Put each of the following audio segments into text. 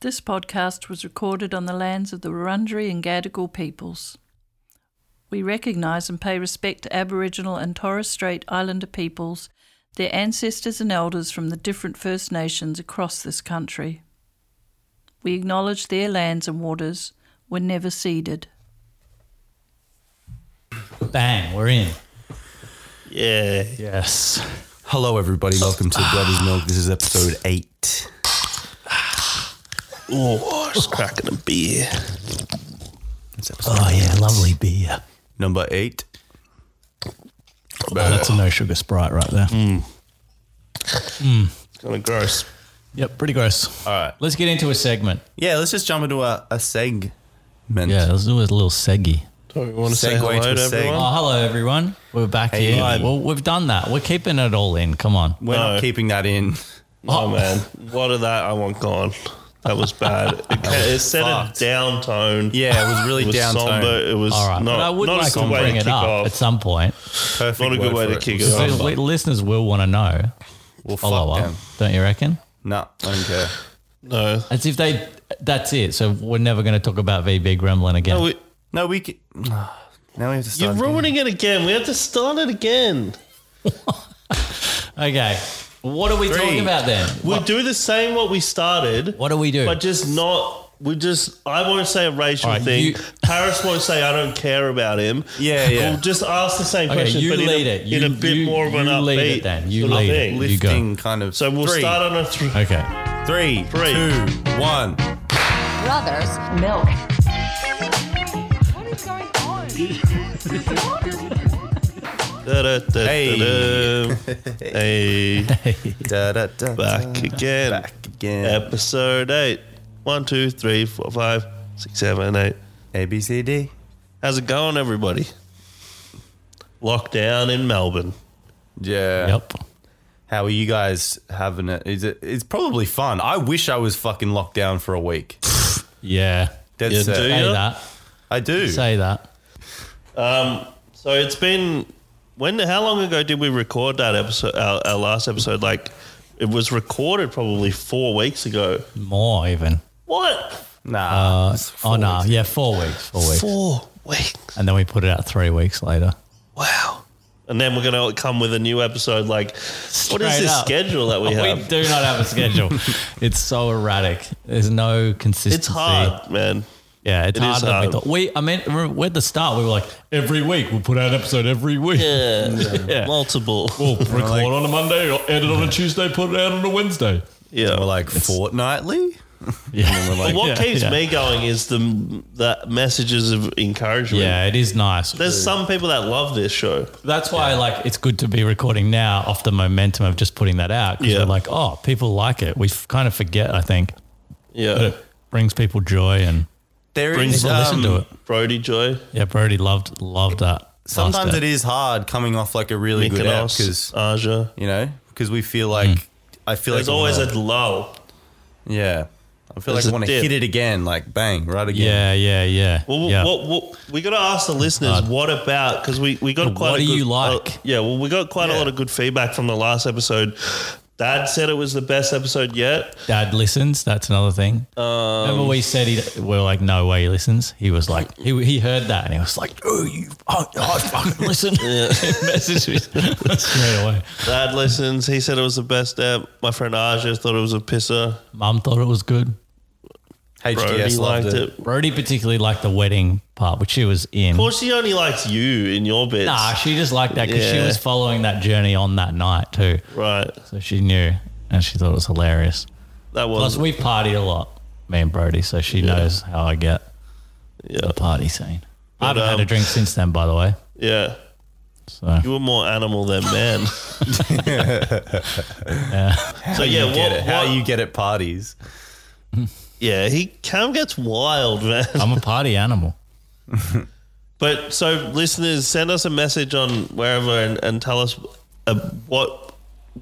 This podcast was recorded on the lands of the Wurundjeri and Gadigal peoples. We recognise and pay respect to Aboriginal and Torres Strait Islander peoples, their ancestors and elders from the different First Nations across this country. We acknowledge their lands and waters were never ceded. Bang, we're in. Yeah. Yes. Ah, Hello, everybody. Welcome to Brothers Milk. This is episode eight. Oh, just cracking a beer. It's episode Oh yeah, lovely beer. number eight. Oh, that's a no sugar sprite right there. kind of gross. Yep, pretty gross. All right, let's get into a segment. Yeah, let's just jump into a, a segment. Yeah, let's do a little seggy. We want to say Segue hello to to a seg. everyone. Oh, hello everyone. We're back Hey. here. Well, we've done that. We're keeping it all in. Come on. We're No. not keeping that in. Oh, man, what of that I want gone. That was bad. It, ca- it set fucked. a down tone. Yeah, it was really it was down somber. tone. It was All right, not. but I would not like a to good way bring to it kick up off. at some point. Perfect Not a good way word for to kick We'll it off. just- Li- listeners will want to know. We'll Follow fuck up, them. don't you reckon? No, I don't care. no, As if they. That's it. So we're never going to talk about VB Gremlin again. we, No, we can. Now we have to you're start. again. ruining it again. We have to start it again. okay. What are we talking about then? We'll do the same what we started, What do we do? but just not. We just. I won't say a racial All right, thing. you- Paris won't say I don't care about him. Yeah, yeah. We'll just ask the same Okay, question, you but in a- lead it. You, in a bit you- more of an you upbeat. lead it then. You sort of lead thing. it. You go. lifting kind of. So we'll Three, start on a three. Okay. three, Three. two, one. Brothers Milk. What is going on? Da-da-da-da-da. Hey. Hey. Da, da, da, Back da. again. Back again. Episode 8. One, two, three, four, five, six, seven, eight. A B C D. How's it going, everybody? Lockdown in Melbourne. Yeah. Yep. How are you guys having it? Is it? It's probably fun. I wish I was fucking locked down for a week. Yeah. That's You do? it. Say Yeah. that. I do. Say that. So it's been when? How long ago did we record that episode? Our, our last episode, like it was recorded probably four weeks ago. More even. What? Nah. Uh, it's oh four no. weeks. Yeah, four weeks. Four weeks. Four weeks. And then we put it out three weeks later. Wow. And then we're gonna come with a new episode. Like, what is Straight this up. schedule that we We have? do not have a schedule. it's so erratic. There's no consistency. it's hard, man. Yeah, it's It is harder than we hard. thought. We, I mean, remember, we're at the start. We were like, every week we'll put out an episode every week. Yeah. Yeah. Multiple. We'll record on a Monday, edit on a Tuesday, put it out on a Wednesday. yeah. We're like fortnightly. Yeah. We're like, what Yeah, keeps yeah. me going is the the messages of encouragement. yeah, it is nice. There's some people that love this show. That's why, like, it's good to be recording now off the momentum of just putting that out. Because Yeah. we're like, oh, people like it. We f- kind of forget, I think, but Yeah. it brings people joy. And there Brings is, people listen to um, it. Brody Joy. Yeah, Brody loved loved that. Sometimes it is hard coming off like a really good app Mykonos, because Aja. you know because we feel Hmm. like I feel There's like I always wanna- a lull. yeah. I feel there's like I a want to dip. hit it again, like bang, right again. Yeah, yeah, yeah. Well, yeah. what, what, we got to ask the listeners hard. what about because we, we got Yeah, quite. what a do good- you like? uh, yeah, well, we got quite Yeah. a lot of good feedback from the last episode. Dad said it was the best episode yet. Dad listens. That's another thing. Um, Remember, we said he. We were like, no way he listens. He was like, he, he heard that and he was like, oh, you, oh, I fucking listen. Message me straight away. Dad listens. He said it was the best app. My friend Aja thought it was a pisser. Mum thought it was good. Brody HDS loved liked it. it. Brody particularly liked the wedding part, which she was in. Well, she only likes you in your bits. Nah, she just liked that because she Yeah. was following that journey on that night too. right. So she knew and she thought it was hilarious. That was Plus, we partied a lot, me and Brody, so she knows how I get the party scene. I haven't had a um, drink since then, by the way. yeah. So You were more animal than man. So yeah, Get what, it? How what- you get at parties? yeah, he Cam gets wild, man. I'm a party animal. But so, listeners, send us a message on wherever and, and tell us uh, what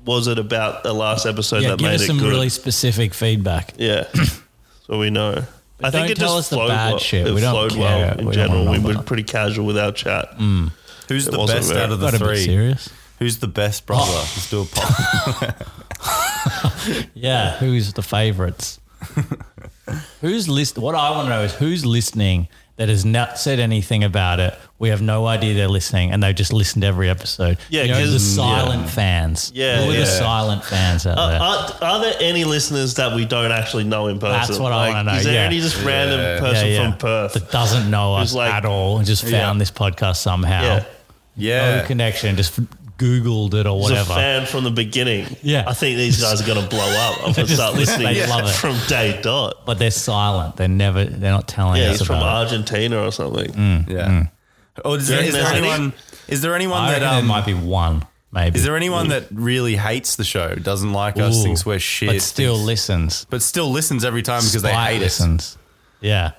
was it about the last episode Yeah, that give made us it some good. really specific feedback. yeah, so we know. I don't tell us the bad well. shit. It We don't flowed care. well in We don't general. wanna We know were about it. pretty casual with our chat. Mm. Who's the wasn't best very- out of the Got to be three? serious. Oh. Who's the best brother? Let's do a poll. Yeah, who's the favourites? Who's list? What I want to know is who's listening that has not said anything about it. We have no idea they're listening, and they've just listened to every episode. Yeah, You know, 'cause- the silent fans. Yeah, who are yeah. the silent fans out there? Are, are there any listeners that we don't actually know in person? That's what I Like, wanna know, Is there yeah. any just random person Yeah, yeah. from Perth? that doesn't know Who's us like- at all and just found Yeah. this podcast somehow? yeah. Yeah. No connection. Just Googled it or Who's a whatever. fan from the beginning. Yeah. I think these guys are going to blow up. I'm going to Just start listen, listening they love it. from day dot. but they're silent. They're never. They're not telling Yeah, us he's from about. it. Argentina or something. Yeah. Oh, is, there, Yeah, is there there's any- anyone? Is there anyone Hmm. I that reckon there um? might be one. Maybe Is there anyone that really hates the show? Doesn't like us? Ooh, Thinks we're shit? but still thinks- listens but still listens every time because they Spite hate us. listens. Yeah,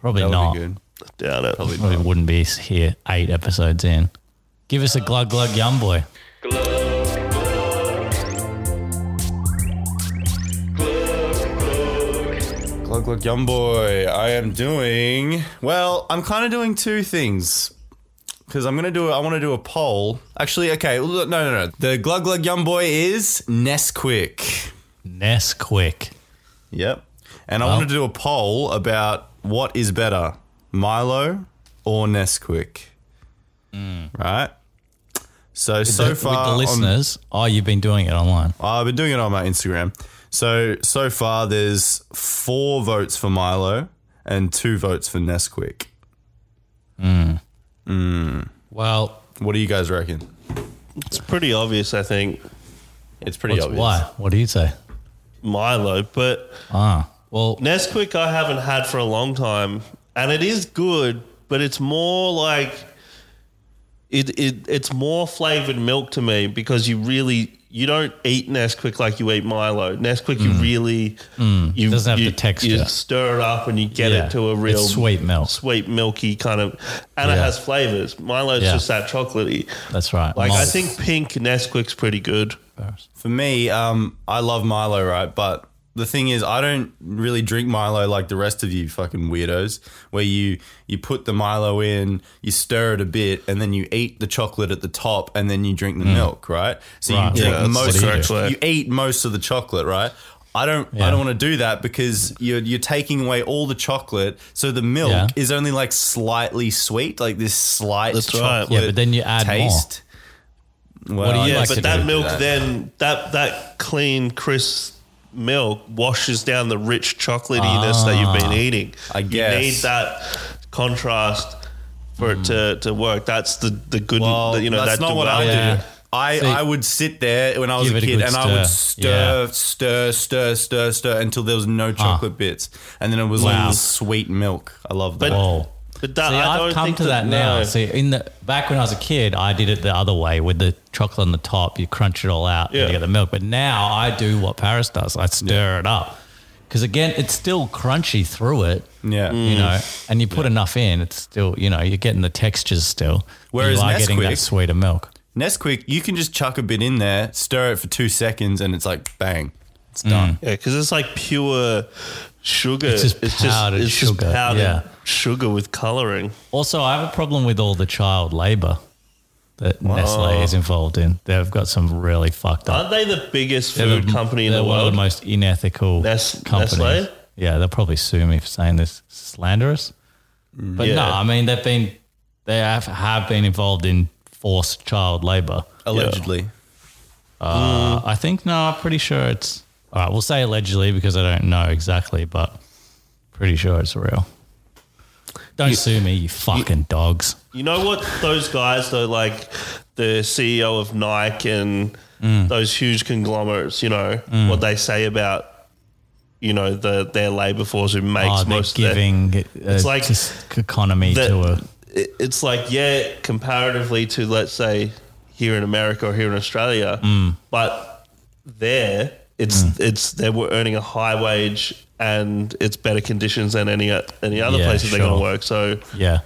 probably That would not. be good. Doubt it. Probably Probably not. wouldn't be here eight episodes in. Give us a glug glug yum boy. Glug glug yum boy. I am doing well. I'm kind of doing two things because I'm gonna do. I want to do a poll. Actually, okay. look, No, no, no. The glug glug yum boy is Nesquik. Nesquik. Yep. And I want to do a poll about what is better, Milo or Nesquik. Right. So so Mm. With the- far with the on- listeners, oh, you've been doing it online. I've been doing it on my Instagram. So so far, there's four votes for Milo and two votes for Nesquik. Well, What do you guys reckon? It's pretty obvious, I think, It's pretty what's, obvious. why? What do you say? Milo. But Ah, well, Nesquik I haven't had for a long time, and it is good, but it's more like it, it it's more flavored milk to me because you really you don't eat Nesquik like you eat Milo. Nesquik you really you Mm. Doesn't have you- the texture. You stir it up and you get Yeah. it to a real It's sweet milk. sweet milky kind of, and it Yeah. has flavors. Milo's Yeah. just that chocolatey. that's right. Like I Malt. think pink Nesquik's pretty good. For me, um, I love Milo, right? But the thing is, I don't really drink Milo like the rest of you fucking weirdos, where you you put the Milo in, you stir it a bit, and then you eat the chocolate at the top, and then you drink the milk, right? So Mm. Right. you Yeah, drink that's most, the correct of, way. you eat most of the chocolate, right? I don't, I Yeah. don't want to do that because you're you're taking away all the chocolate, so the milk Yeah. is only like slightly sweet, like this slight That's right. chocolate. Yeah, but then you add more. taste. Well, do you Yeah, like to but that do milk that. then that that clean crisp milk washes down the rich chocolatiness that you've Ah, been eating. I guess. you need that contrast for it Hmm. to, to work. That's the the good Well, that, you know that's that not what I duality. Yeah. do. I, See, I would sit there when I was give a it a kid good and I would stir. stir, stir, stir, stir, stir until there was no chocolate bits. And then it was like Wow. this sweet milk. I love that. But- Whoa. But that See, I don't I've come think to that now. no. See, in the back when I was a kid, I did it the other way with the chocolate on the top. You crunch it all out Yeah. and you get the milk. But now I do what Paris does. I stir it up because again, it's still crunchy through it. yeah. Mm. You know, and you put enough in, it's still you know you're getting the textures still. but Whereas you are getting that Nesquik- sweeter milk. Nesquik, you can just chuck a bit in there, stir it for two seconds, and it's like bang. It's done. Yeah, because it's like pure sugar. It's just powdered it's just sugar, powdered yeah. sugar with coloring. Also, I have a problem with all the child labor that Nestle is involved in. They've got some really fucked up Aren't they the biggest They're food company in they're the one of world? the most unethical Nes- companies. Nestle? Yeah, they'll probably sue me for saying this slanderous. But no, Yeah. I mean they've been they have, have been involved in forced child labor. Allegedly. Uh, Mm. I think no, I'm pretty sure it's all right. We'll say allegedly because I don't know exactly, but pretty sure it's real. Don't sue me, you fucking dogs. You know what? Those guys, though, like the CEO of Nike and Mm. those huge conglomerates, you know what they say about you know the their labor force who makes Oh, they're most Of giving it's like like economy their, to a that, it- It's like yeah, comparatively to let's say here in America or here in Australia, Mm. but there it's it's they were earning a high wage and it's better conditions than any o- any other Yeah, places they're going sure. to work. So yeah.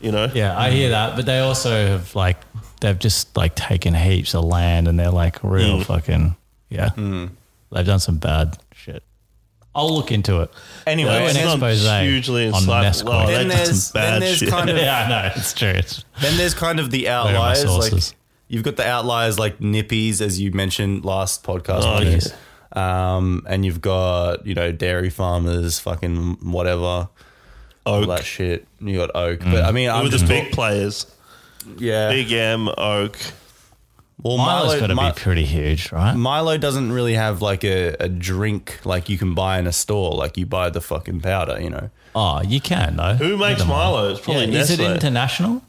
you know Yeah, I hear that, but they also have like they've just like taken heaps of land and they're like Mm. real fucking yeah. They've done some bad shit. I'll look into it. Anyway, They'll do an it's not expose hugely on insightful. Nesquik. Oh, then they did some there's, then bad there's shit. kind of yeah, I know it's true. It's, Then there's kind of the my outliers. Like sources? you've got the outliers like nippies, as you mentioned last podcast. Oh, I guess. Um, and you've got, you know, dairy farmers, fucking whatever. All that Oak. shit. You got oak. But I mean, I'm With just the big players. yeah. Big M, Oak. Well, Milo's got to Mi- be pretty huge, right? Milo doesn't really have like a, a drink like you can buy in a store. Like you buy the fucking powder, you know. Oh, you can though. Who makes Milo? It's probably is it Nestle. international?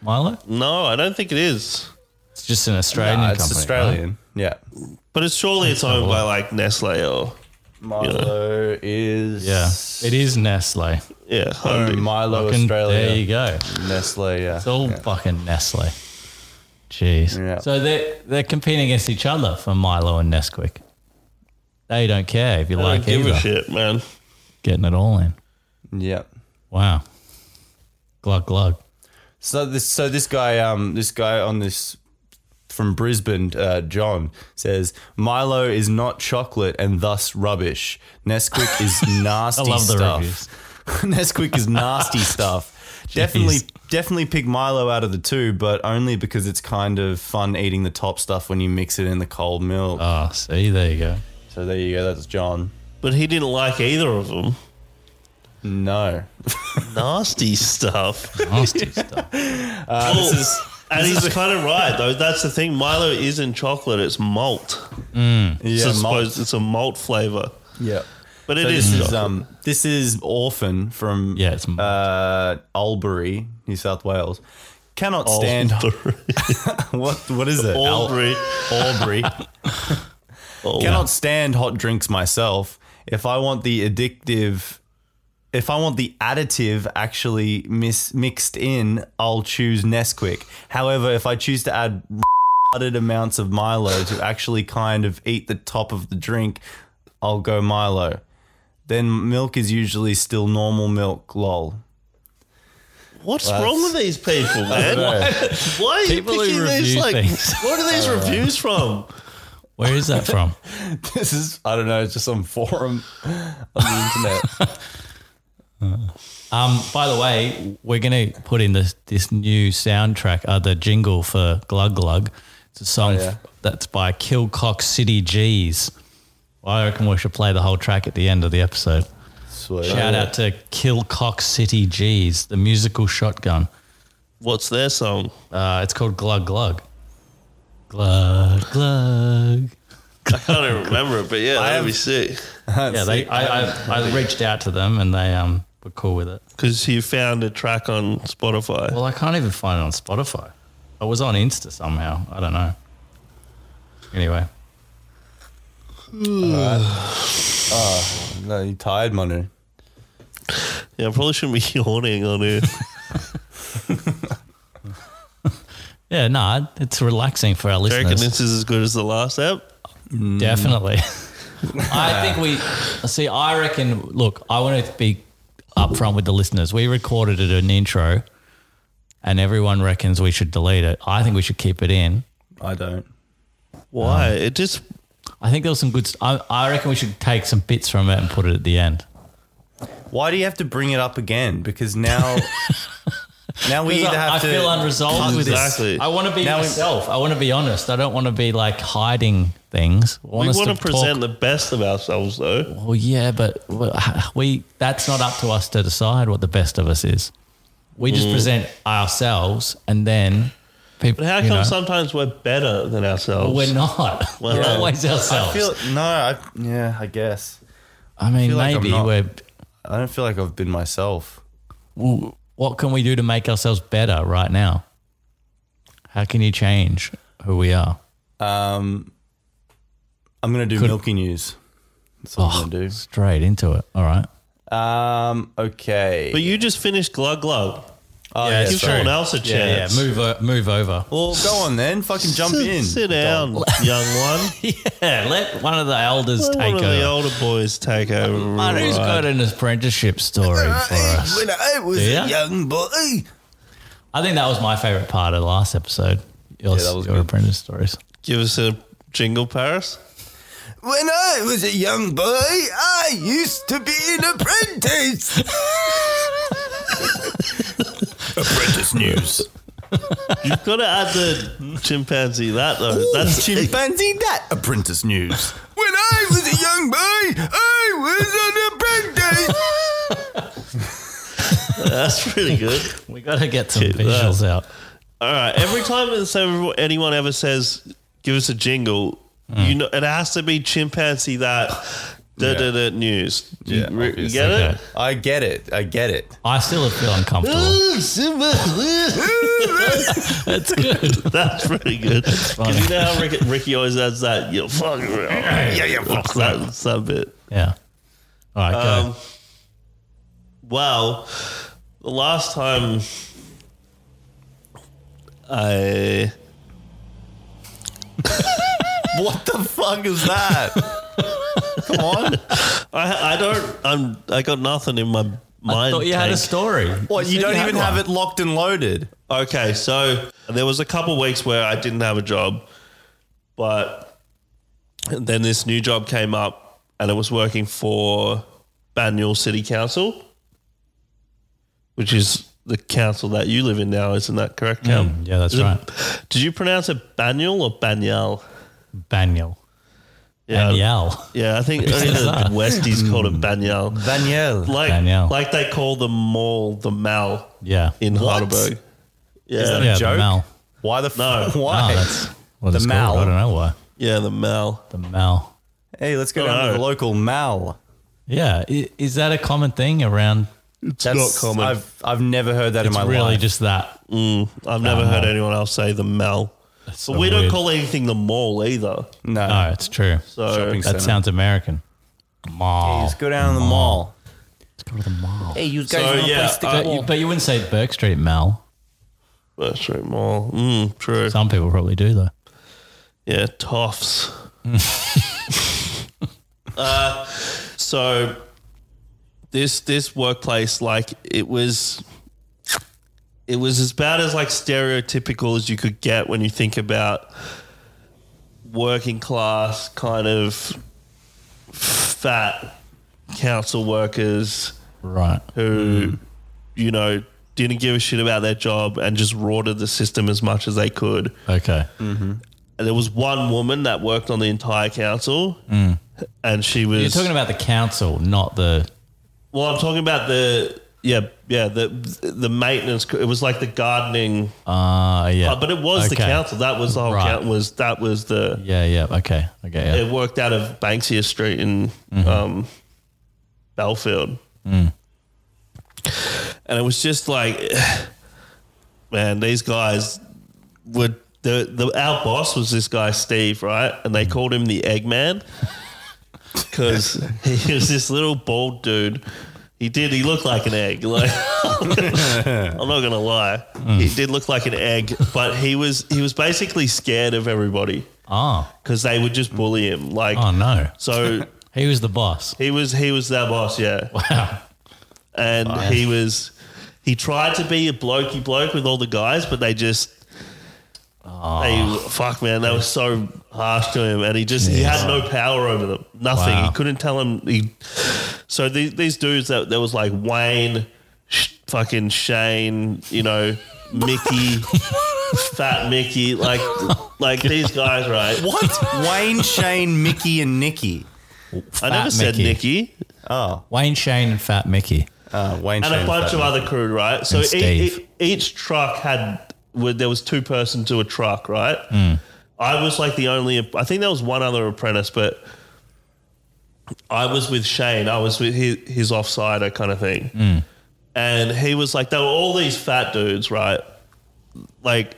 Milo? no, I don't think it is. It's just an Australian Nah, it's company. right? Australian. Yeah. But it's surely it's owned by like Nestle or Milo is Yeah, it is Nestle. yeah. Oh, Hondi. Milo Fucking- Australia. There you go. Nestle. Yeah. It's all fucking Nestle. Jeez. Yeah. So they're, they're competing against each other for Milo and Nesquik. They don't care if you I like don't give either. a shit, man. Getting it all in. yeah. Wow. Glug glug. So this so this guy um this guy on this from Brisbane uh, John says Milo is not chocolate and thus rubbish. Nesquik is nasty I love the stuff. reviews. Nesquik is nasty stuff. Definitely definitely pick Milo out of the two, but only because it's kind of fun eating the top stuff when you mix it in the cold milk. Oh, see, there you go. so there you go. That's John. But he didn't like either of them. No. Nasty stuff. Nasty stuff. Well, and he's kind of right though. That's the thing. Milo isn't chocolate; it's malt. Yeah, so I malt. suppose it's a malt flavor, Yeah. but it So is this is chocolate. um this is Orphan from Yeah, it's uh Albury, New South Wales. Cannot stand what what is it? Al- Albury. Albury. Cannot stand hot drinks myself. If I want the addictive if I want the additive actually mis- mixed in, I'll choose Nesquik. However, if I choose to add added amounts of Milo to actually kind of eat the top of the drink, I'll go Milo. Then milk is usually still normal milk, lol. What's wrong with these people, man? Why are you People who picking these? review Like, things. what are these reviews from? Where is that from? This is I don't know, it's just some forum on the internet. Um, by the way, we're going to put in this this new soundtrack, uh, the jingle for Glug Glug. It's a song Oh, yeah. that's by Kilcock City G's. I reckon we should play the whole track at the end of the episode. Sweet. Shout out to Kilcock City G's, the musical shotgun. What's their song? Uh, it's called Glug Glug. Glug Glug. I can't even remember it, but yeah, that'd be sick. Yeah, they, I, I, I reached out to them and they um, were cool with it. Because you found a track on Spotify. Well, I can't even find it on Spotify. I was on Insta somehow. I don't know. Anyway, No, you tired, Manu. yeah, I probably shouldn't be yawning on here. yeah, no, it's relaxing for our I reckon listeners. this is as good as the last app. Definitely. Mm-hmm. I think we see. I reckon. Look, I want to be upfront with the listeners. We recorded it an intro, and everyone reckons we should delete it. I think we should keep it in. I don't. Why? it just I think there was some good. St- I, I reckon we should take some bits from it and put it at the end. Why do you have to bring it up again? Because now now we either have I, to feel unresolved cut with Exactly. this. I want to be Now we- myself. I want to be honest. I don't want to be like hiding things. I we us want to present talk- the best of ourselves, though. Well, yeah, but we that's not up to us to decide what the best of us is. We just present ourselves, and then people. Mm. But how you come know, sometimes we're better than ourselves? we're not? Well, uh, we're yeah. always ourselves. I, I feel no, I, yeah, I guess. mean, feel like I'm maybe not. we're. I don't feel like I've been myself. w- What can we do to make ourselves better right now? How can you change who we are? Um, I'm gonna do milky news. That's what I'm gonna do. Straight into it. All right. Um, okay. But you just finished Glug Glug. oh, yeah, Give it's true. someone else a Yeah, chance. move o- move over. well, go on then. Fucking jump Sit, in. sit down, young one. Yeah, let one of the elders Let take one of the over. older boys take over. Man, who's got an apprenticeship story for us? I was a Yeah. young boy. I think that was my favorite part of the last episode. Your, that was your good. apprentice stories. Give us a jingle, Paris. When I was a young boy, I used to be an apprentice. apprentice news. You've got to add the chimpanzee that though. That's Chimpanzee that apprentice news. When I was a young boy, I was an apprentice. that's pretty good. We got to get some visuals out. All right. Every time that some- anyone ever says, "Give us a jingle," you know it has to be chimpanzee that da da da news. You Yeah, re- you obviously. get Okay. it? I get it. I get it. I still feel uncomfortable. That's good. That's pretty good. Because you know how Ricky, Ricky always adds that, you know, fuck, yeah, yeah, fuck that, that's that bit. Yeah. All right, go. Um, well, the last time I. What the fuck is that? Come on. I, I don't. I'm. I got nothing in my mind. I thought you had a tank. story. What? You said don't had even have one. it locked and loaded. Okay, so there was a couple weeks where I didn't have a job, but then this new job came up, and it was working for Banyul City Council, which is the council that you live in now, isn't that correct? Cam? Mm, yeah, that's Is it- right. Did you pronounce it Banyul or Banyal? Banyal. Uh, Yeah, Banyal. yeah. I think only the Hmm. Westies called it Banyal. Danielle. Like, Banyal. like they call the mall the Mal Yeah. in What? Heidelberg. Yeah, that a yeah, joke? the Mal. Why the No. fuck? Why? Oh, that's what The it's called. Mal. I don't know why. yeah, the Mal. The Mal. hey, let's go down no. to the local Mal. Yeah. i- Is that a common thing around? That's not common. I've I've never heard that It's in my really life. just that. I've never heard anyone else say the mall. so But we don't weird. call anything the mall either. no. No, Oh, it's true. So Shopping That centre. sounds American. Mall. Let's go down Oh. to the mall. Let's go to the mall. Hey, you guys So, wanna yeah, uh, play stick But you, but you wouldn't say Burke Street Mall. First Street Mall. Mm, true. Some people probably do though. Yeah, toffs. uh, so this this workplace, like it was, it was as bad as like stereotypical as you could get when you think about working class kind of fat council workers Right. who, you know, didn't give a shit about their job and just rorted the system as much as they could. Okay. And there was one woman that worked on the entire council, and she was. You're talking about the council, not the. well, I'm talking about the yeah yeah the the maintenance. It was like the gardening, Uh, yeah. uh, but it was the Okay. council. That was the whole Right. count. Was that was the Yeah. Yeah. Okay. Okay. Yeah. it worked out of Banksia Street in um, Belfield, and it was just like, man, these guys would. The, the our boss was this guy Steve, right? And they called him the Eggman because he was this little bald dude. He did. He looked like an egg. Like I'm not gonna lie, he did look like an egg. But he was he was basically scared of everybody Oh. because they would just bully him. Like, Oh no. so He was the boss. he was he was their boss, yeah. Wow. And he was he tried to be a blokey bloke with all the guys, but they just Oh. they fuck man, they were so harsh to him, and he just he had no power over them, nothing. Wow. He couldn't tell him. He so these, these dudes that there was like Wayne, sh- fucking Shane, you know, Mickey, Fat Mickey, like like these guys, right? What? Wayne, Shane, Mickey, and Nikki. I never said Mickey. Nicky. Wayne Shane and Fat Mickey. Uh, Wayne, and Shane, a bunch Fat of Man. other crew, right? So And e- Steve. e- each truck had well, there was two person to a truck, right? Mm. I was like the only. I think there was one other apprentice, but I was with Shane. I was with his, his offsider kind of thing, Mm. and he was like, there were all these fat dudes, right? Like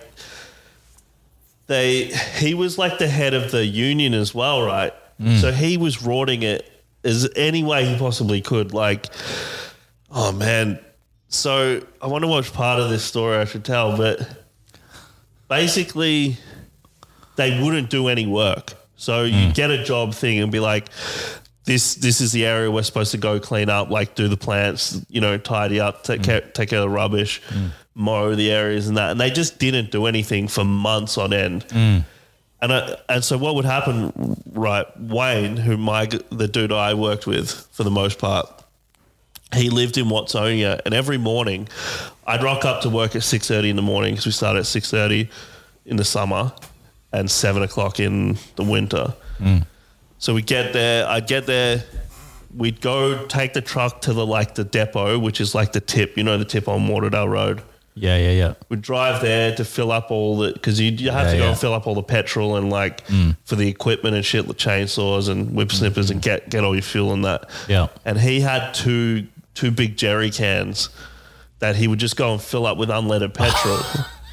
they, he was like the head of the union as well, right? Mm. So he was rorting it as any way he possibly could, like. Oh man. So I want to watch part of this story I should tell, but basically they wouldn't do any work. So you get a job thing and be like, this this is the area we're supposed to go clean up, like do the plants, you know, tidy up, take care, take care of the rubbish, mow the areas and that. And they just didn't do anything for months on end. And I, and so what would happen, right? Wayne, who my g- the dude I worked with for the most part, he lived in Watsonia, and every morning, I'd rock up to work at six thirty in the morning because we started at six thirty in the summer, and seven o'clock in the winter. So we get there. I'd get there. We'd go take the truck to the like the depot, which is like the tip. You know the tip on Waterdale Road. Yeah, yeah, yeah. We'd drive there to fill up all the because you you have Yeah, to go yeah. Mm. and fill up all the petrol and like for the equipment and shit, the chainsaws and whipsnippers and get get all your fuel and that. Yeah. And he had two two big jerry cans that he would just go and fill up with unleaded petrol.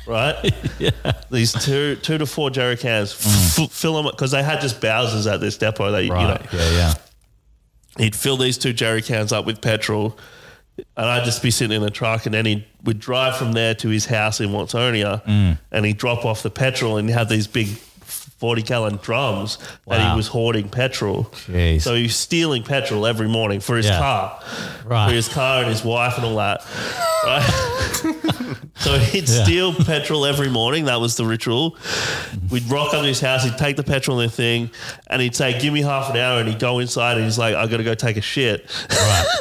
Right, yeah. These two, two to four jerry cans, f- f- fill them because they had just Bowser's at this depot. They, you know, Mm. Right. Yeah, yeah. he'd fill these two jerry cans up with petrol, and I'd just be sitting in the truck, and then he would drive from there to his house in Watsonia, and he'd drop off the petrol and have these big. 40 gallon drums that Wow. he was hoarding petrol. Jeez. So he was stealing petrol every morning for his Yeah. car, for Right. his car and his wife and all that. Right? so he'd Yeah. steal petrol every morning. That was the ritual. We'd rock up to his house. He'd take the petrol in the thing and he'd say, Give me half an hour. And he'd go inside and he's like, I got to go take a shit.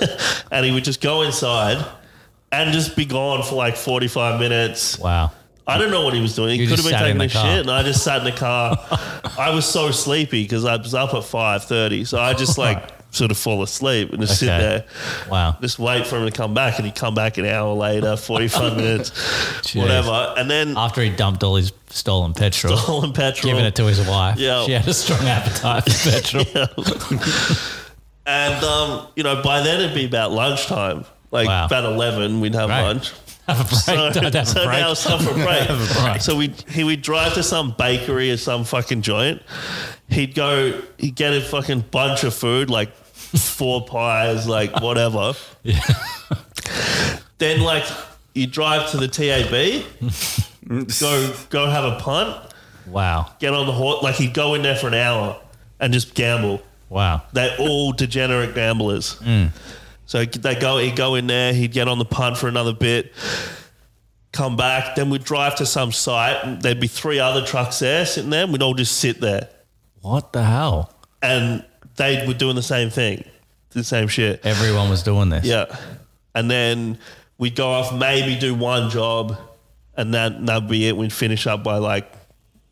and he would just go inside and just be gone for like 45 minutes. Wow. I don't know what he was doing. He You could have just been sat in taking the a car. shit, and I just sat in the car. I was so sleepy because I was up at five thirty, so I just like sort of fall asleep and just sit Okay. there, Wow. just wait for him to come back, and he'd come back an hour later, forty five minutes, Jeez. whatever, and then After he dumped all his stolen petrol, all in petrol, giving it to his wife. Yeah. She had a strong appetite for petrol. and um, you know by then it'd be about lunchtime, like Wow. about eleven, we'd have Right. lunch. Have a break. Don't have so a break. now it's time for a break. a break. So we he would drive to some bakery or some fucking joint. He'd go, he'd get a fucking bunch of food, like four pies, like whatever. then like you drive to the TAB, go go have a punt, Wow. get on the horse. Like he'd go in there for an hour and just gamble. Wow. They're all degenerate gamblers. So they go, he'd go in there, he'd get on the punt for another bit, come back, then we'd drive to some site. and There'd be three other trucks there sitting there, and we'd all just sit there. What the hell? And they were doing the same thing, the same shit. Everyone was doing this. Yeah. And then we'd go off, maybe do one job, and that, that'd be it. We'd finish up by like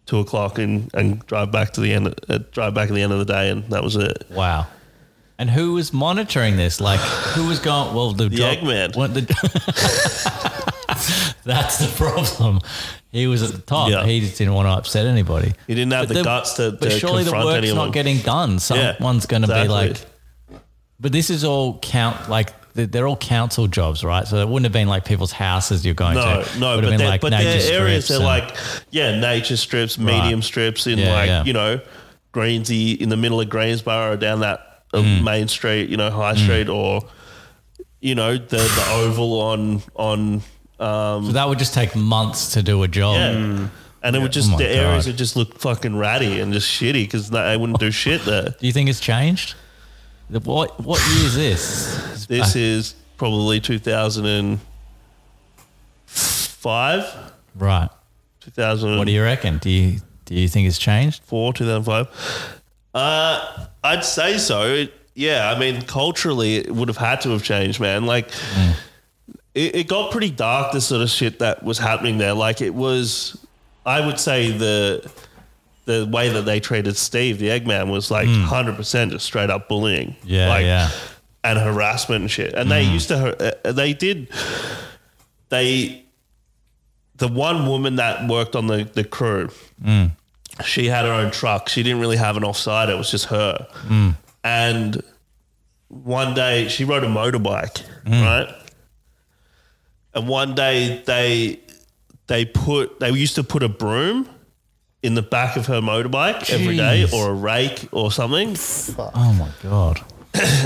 two o'clock and, and drive back to the end, uh, drive back at the end of the day, and that was it. Wow. And who was monitoring this? Like, who was going? Well, the, dog- Eggman. weren't the, that's the problem. He was at the top. Yeah. He just didn't want to upset anybody. He didn't have But the guts to- But to surely the confront work's anyone. not getting done. Yeah, Someone's going to exactly. be like. But this is all count like. they- They're all council jobs, right? So it wouldn't have been like people's houses you're going No, to. no, Would have but been they're, like but nature they're areas strips they're and- like, yeah, nature strips, medium strips in Yeah, like, yeah. you know, Greensy in the middle of Greensboro or down that uh, Mm. main street, you know, High Street or, you know, the, the oval on, on, um, So that would just take months to do a job. yeah. And it would just, Oh my the areas God. would just look fucking ratty and just shitty because they wouldn't do shit there. Do you think it's changed? The- What what year is this? This is probably 2005, Right. 2000. What do you reckon? Do you do you think it's changed? four, two thousand five. Uh, I'd say so. It- yeah, I mean, culturally, it would have had to have changed, man. Like, Hmm. it, it got pretty dark. The sort of shit that was happening there. Like, it was, I would say the the way that they treated Steve, the Eggman, was like hundred percent just straight up bullying. Hmm. Yeah, like, yeah. and harassment and shit. And they used to, har- uh, they did, they, the one woman that worked on the, the crew, she had her own truck. She didn't really have an offside, it was just her. And one day she rode a motorbike, right? And one day they, they put, they used to put a broom. In the back of her motorbike every day, Jeez. or a rake, or something, Oh my god.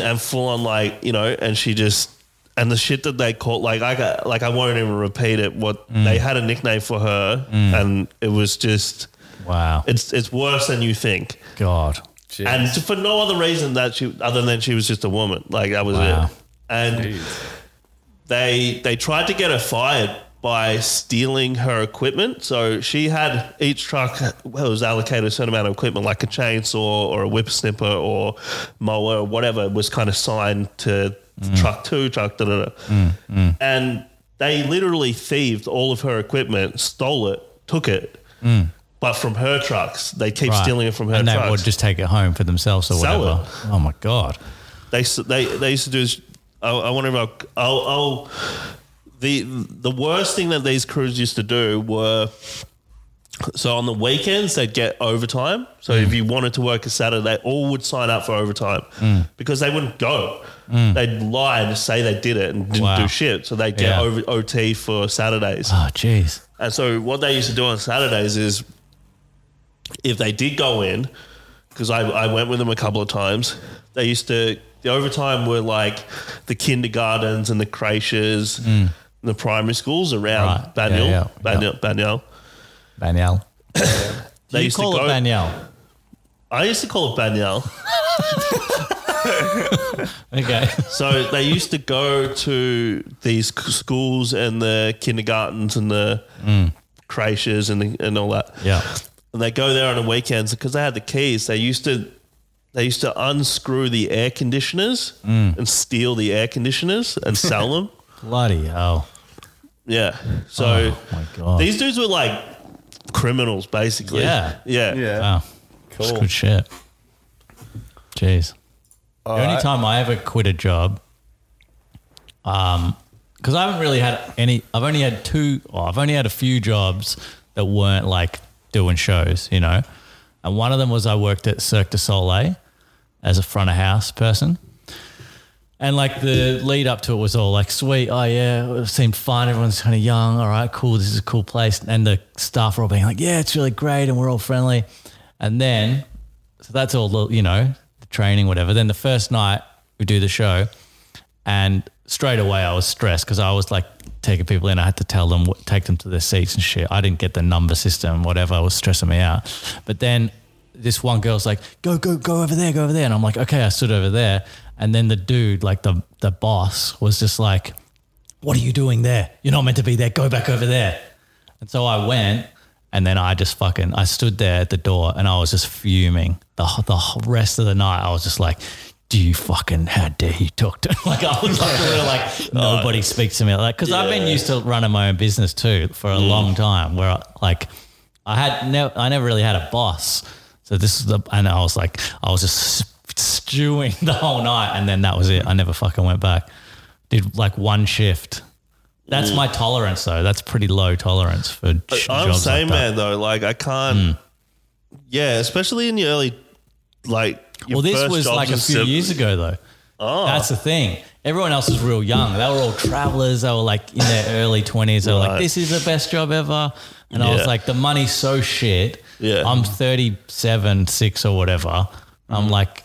and full on like you know and she just and the shit that they called like i got like i won't even repeat it what they had a nickname for her and it was just Wow. it's it's worse than you think God. and for no other reason that she other than she was just a woman like that was Wow. it and they they tried to get her fired by stealing her equipment. So she had each truck well, was allocated a certain amount of equipment, like a chainsaw or a whippersnipper or mower or whatever was kind of signed to Mm. truck two, truck da da da. And they literally thieved all of her equipment, stole it, took it. But from her trucks, they keep Mm. Right. stealing it from her and they trucks. would just take it home for themselves or Sell whatever. Oh my god! they s- they they used to do is I, I wonder if I'll, I'll, I'll the the worst thing that these crews used to do were so on the weekends they'd get overtime. So Mm. if you wanted to work a Saturday, they all would sign up for overtime Mm. because they wouldn't go. They'd lie and just say they did it and didn't Wow. do shit. So they'd get Yeah. over, OT for Saturdays. Oh jeez. And so what they used to do on Saturdays is if they did go in, because I, I went with them a couple of times, they used to, the overtime were like the kindergartens and the creches, and the primary schools around Mm. Right. Yeah, Banyul. yeah, yeah. Banyul, Banyul. Banyal. They you used call to it go, Banyal. I used to call it Banyul. Okay. So they used to go to these c- schools and the kindergartens and the creches and, the, and all that. Mm. yeah. and they go there on the weekends because they had the keys. They used to they used to unscrew the air conditioners Mm. and steal the air conditioners and sell them. Bloody hell. Yeah. So Oh my god. these dudes were like criminals, basically. Yeah. Yeah. wow. That's good shit. Jeez. the only Alright. time I ever quit a job, um, because I haven't really had any. I've only had two. Or I've only had a few jobs that weren't like doing shows, you know. And one of them was I worked at Cirque du Soleil as a front of house person. And like the lead up to it was all like, sweet, oh yeah, it seemed fun. Everyone's kind of young. All right, cool. This is a cool place. And the staff were all being like, yeah, it's really great. And we're all friendly. And then, so that's all, the- you know, the training, whatever. Then the first night we do the show. And straight away I was stressed because I was like taking people in. I had to tell them, what, take them to their seats and shit. I didn't get the number system, whatever. It was stressing me out. But then this one girl's like, go, go, go over there, go over there. And I'm like, okay, I stood over there. And then the dude, like the, the boss was just like, what are you doing there? You're not meant to be there. Go back over there. And so I went and then I just fucking, I stood there at the door and I was just fuming the, the rest of the night. I was just like, do you fucking, how dare you talk to, like I was like, literally like nobody speaks to me like, cause I've been used to running my own business too for a long time where I, like I had, never, I never really had a boss. So this is the, and I was like, I was just stewing the whole night and then that was it. I never fucking went back. Did like one shift. That's my tolerance, though. That's pretty low tolerance for j- I'm jobs saying, like that. man, Mm. though, like I can't. Yeah, especially in the early, like. Your Well, this first was jobs Ah. like a and few stuff- years ago, though. Oh. That's the thing. Everyone else was real young. They were all travelers. They were like in their early 20s. They were like, Right. this is the best job ever. And I was Yeah. like, the money's so shit. Yeah. I'm 37, 6 or whatever. I'm like,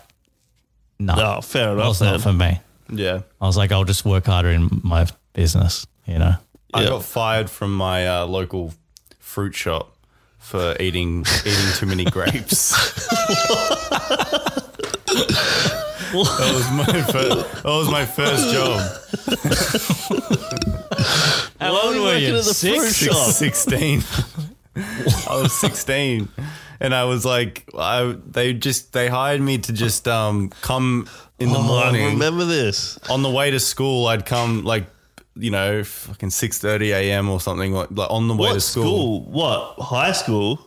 no, Mm-hmm. No, fair enough. that's not man. for me. Yeah. I was like, I'll just work harder in my business, you know? I Yeah. got fired from my uh, local fruit shop for eating eating too many grapes. that was my first, that was my first job. How old were you? Six? Six- Sixteen. I was sixteen, and I was like, I they just they hired me to just um come in the Oh, I morning remember this. on the way to school, I'd come like, you know, fucking six thirty a.m. or something like, like on the way to What school. school? What high school?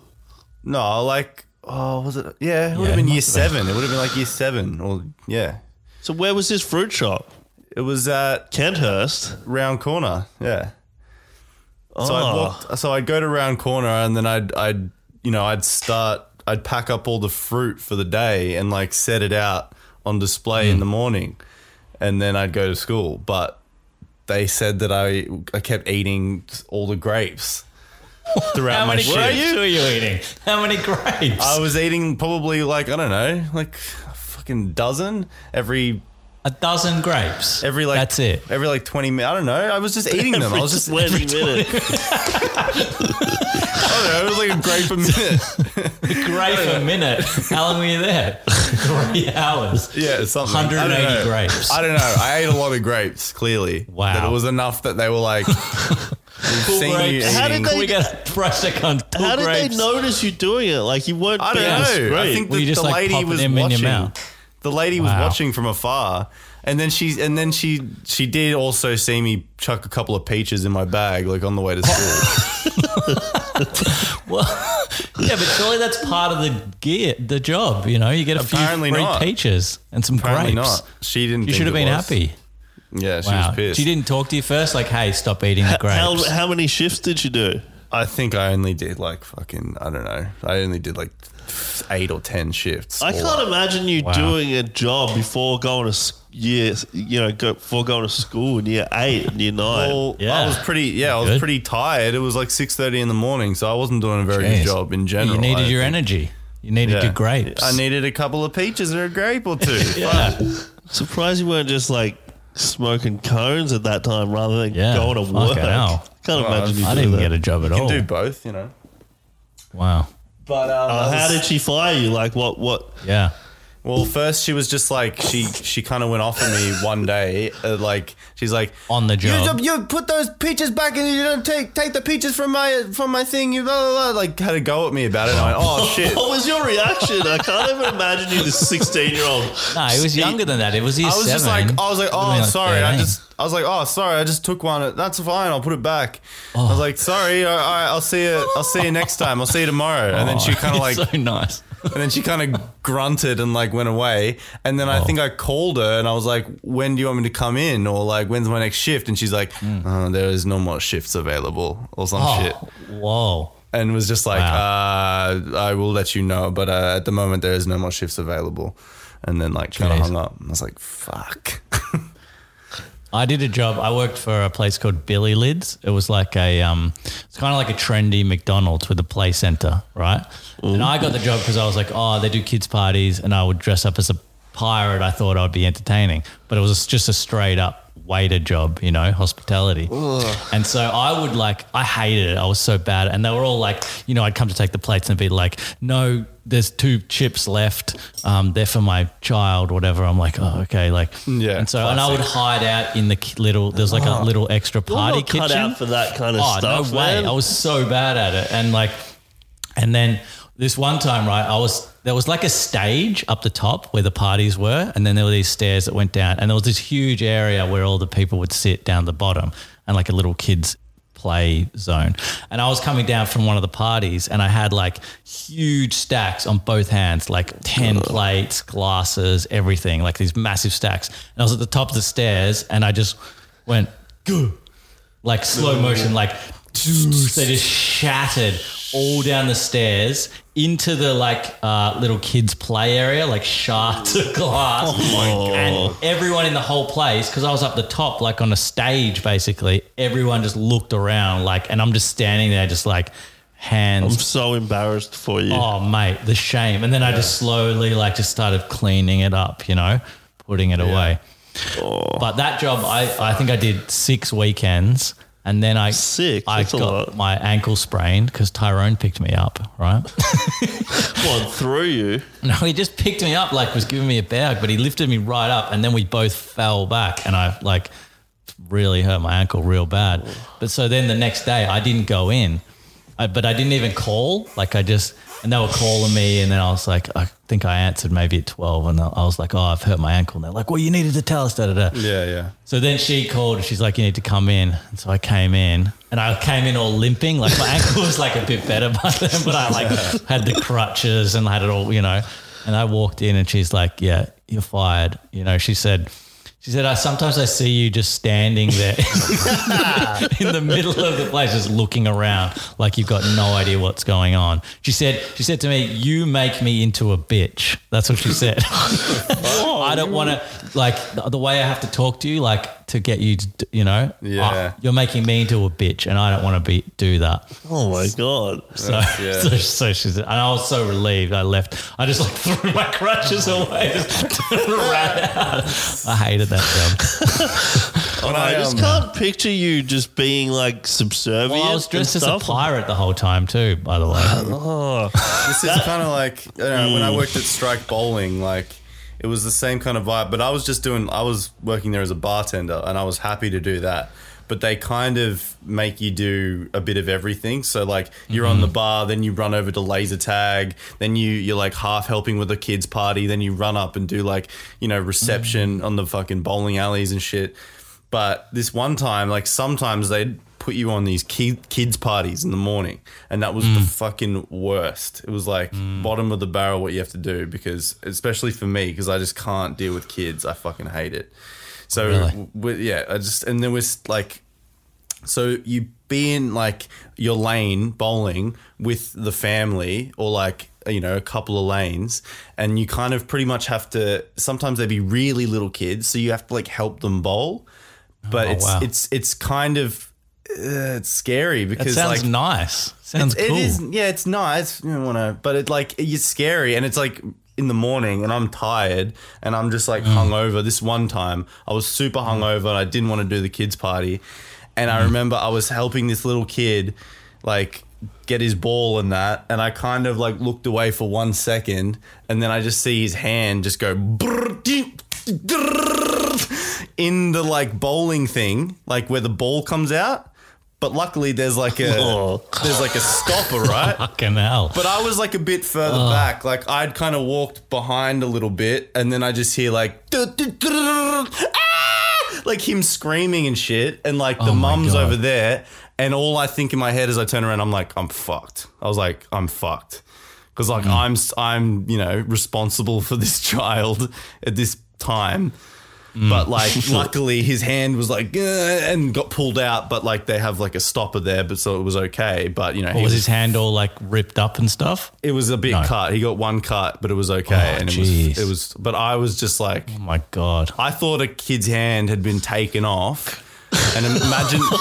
No, like, oh, was it? Yeah, it would have been year seven. It would have been like year seven, or yeah, So where was this fruit shop? it was at Kenthurst. round corner. Yeah. So Oh. I'd walk, so I'd go to round corner and then I'd I'd you know I'd start I'd pack up all the fruit for the day and like set it out on display Hmm. in the morning, and then I'd go to school. But they said that I I kept eating all the grapes throughout How my many shift. grapes were you eating? How many grapes? I was eating probably like I don't know like a fucking dozen every a dozen grapes. every like that's it. every like 20 minutes i don't know i was just eating them i was just i 20 minutes. don't know it was like a grape a minute Grape a minute. How long were you there? Three hours. Yeah, something. 180 I don't know. grapes. I don't know. I ate a lot of grapes. Clearly, Wow. That it was enough that they were like, "We've seen you grapes. eating." How did Can we get a price check on two How did they grapes? notice you doing it? Like you weren't. I don't being know. I discreet. think Were that you just, the like, lady popping was them in your watching. mouth? The lady was Wow. watching from afar, And then she and then she she did also see me chuck a couple of peaches in my bag like on the way to school. Well, yeah, but surely that's part of the gear, the job. You know, you get a Apparently few great not. peaches and some Apparently grapes. not. She didn't. You think should have it been was. happy. Yeah, she Wow. was pissed. She didn't talk to you first, like, "Hey, stop eating the grapes." How, how many shifts did you do? I think I only did like fucking I don't know. I only did like eight or ten shifts. I all can't up. imagine you Wow. doing a job before going to s- year, you know, go, before going to school in year eight and year nine. Well, Yeah. I was pretty. Yeah, I was Good. pretty tired. It was like six thirty in the morning, so I wasn't doing a very Jeez. good job in general. You needed I your think. energy. You needed Yeah. your grapes. I needed a couple of peaches or a grape or two. Yeah. Surprised you weren't just like smoking cones at that time rather than Yeah, going to fucking work. hell. Can't imagine you I doing didn't that. get a job at You can all. do both, you know. Wow. But um, Uh, how did she fire you? Like what? What? Yeah. Well, first she was just like she she kind of went off at me one day, uh, like she's like On the "You- job." You, put those peaches back and you don't take take the peaches from my from my thing. You blah blah blah. Like had a go at me about it. And I went, oh shit. What was your reaction? I can't even imagine you, the sixteen-year-old. No, he was younger than that. It was year I was seven. just like I was like Would've oh been, like, sorry I 13. just I was like oh sorry I just took one. That's fine. I'll put it back. I Oh. was like sorry. All right, I'll see you. I'll see you next time. I'll see you tomorrow. And then Oh, she kind of like so nice. And then she kind of grunted and like went away. And then Oh. I think I called her and I was like, "When do you want me to come in?" Or like, "When's my next shift?" And she's like, uh, "There is no more shifts available," or some Hmm. Oh, shit. Whoa. And was just like, uh, "I will let you know, but uh, at the moment there is no more shifts available." And then like kind of Jeez. hung up. And I was like, "Fuck." I did a job. I worked for a place called Billy Lids. It was like a, um, it's kind of like a trendy McDonald's with a play center, right? And I got the job because I was like, oh, they do kids parties, and I would dress up as a pirate. I thought I'd be entertaining, but it was just a straight up waiter job, you know, hospitality. And so I would like, I hated it. I was so bad, and they were all like, you know, I'd come to take the plates and be like, no. There's two chips left. Um, they're for my child, whatever. I'm like, oh, okay, like, Yeah, And so, and I would hide out in the ki- little. There's like a little extra Oh. You're party not kitchen. cut out for that kind of oh stuff. no way! man. I was so bad at it, and like, and then this one time, right? I was there was like a stage up the top where the parties were, and then there were these stairs that went down, and there was this huge area where all the people would sit down the bottom, and like a little kids play zone. And I was coming down from one of the parties and I had like huge stacks on both hands, like 10 plates, glasses, everything, like these massive stacks. And I was at the top of the stairs and I just went, "Gah," like slow motion, like they just shattered all down the stairs into the like uh, little kids play area, like shards of glass. And everyone in the whole place, because I was up the top, like on a stage basically, everyone just looked around, like, and I'm just standing there, just like I'm hands. so embarrassed for you. Oh, mate, the shame. And then I just slowly, like, just started cleaning it up, you know, putting it away. Oh. But that job, I, I think I did six weekends. And then I Six? I That's a got lot. my ankle sprained because Tyrone picked me up, right? Come on, through you. No, he just picked me up, like was giving me a bag, but he lifted me right up, and then we both fell back, and I like really hurt my ankle real bad. But so then the next day, I didn't go in, I, but I didn't even call. Like I just, and they were calling me, and then I was like, I think I answered maybe at twelve, and I I was like, oh, I've hurt my ankle. And they're like, well, you needed to tell us, da da da. yeah, yeah. So then she called and she's like, You need to come in. And so I came in and I came in all limping. Like my ankle was like a bit better by then, but I like had the crutches and had it all, you know. And I walked in and she's like, Yeah, you're fired. You know, she said, she said, I sometimes I see you just standing there in the middle of the place, just looking around like you've got no idea what's going on. She said, she said to me, You make me into a bitch. That's what she said. I don't want to like the, the way I have to talk to you, like to get you, to, d- you know, Yeah. I- you're making me into a bitch, and I don't want to be do that. Oh my god. So, so, so she said, and I was so relieved. I left. I just like threw my crutches away, just ran out. I hated that job. When I just um, can't picture you just being like subservient. Well, I was and dressed as a stuff. pirate the whole time too. By the way, Mm. This is kind of like you know, when I worked at Strike Bowling, like It was the same kind of vibe, but I was just doing. I was working there as a bartender, and I was happy to do that. But they kind of make you do a bit of everything. So like you're on the Mm-hmm. bar, then you run over to laser tag, then you you're like half helping with a kids party, then you run up and do like you know reception Mm. on the fucking bowling alleys and shit. But this one time, like sometimes they'd put you on these kid, kids parties in the morning, and that was the fucking worst. It was like bottom of the barrel what you have to do because, especially for me, because I just can't deal with kids. I fucking hate it. So we- yeah, I just and there was like so you be in like your lane bowling with the family or like you know a couple of lanes and you kind of pretty much have to sometimes they be really little kids so you have to like help them bowl but it's Oh, wow. it's it's kind of uh, it's scary That because sounds like nice. Sounds it cool. is yeah it's nice you don't want to but it's like it's scary and it's like in the morning and I'm tired and I'm just Mm. like hungover this one time I was super hungover and I didn't want to do the kids party and Mm. I remember I was helping this little kid like get his ball and that and I kind of like looked away for 1 second and then I just see his hand just go brrr, ding, drrrr, in the like bowling thing like where the ball comes out but luckily there's like a Oh. there's like a stopper, right? Fucking hell. But I was like a bit further back. Like I'd kind of walked behind a little bit, and then I just hear like, "Duh, duh, duh, duh, duh, duh, ah!" like him screaming and shit, and like the Oh my mum's God. over there, and all I think in my head as I turn around, I'm like, I'm fucked. I was like, I'm fucked, because like Mm. I'm I'm you know responsible for this child at this time. Mm. But like, luckily, his hand was like, "Ugh," and got pulled out. But like, they have like a stopper there, but so it was okay. But you know, he was his hand all like ripped up and stuff? it was a big No. cut. He got one cut, but it was okay. Oh, and it jeez. was, it was, but I was just like, Oh my god. I thought a kid's hand had been taken off. And imagine, You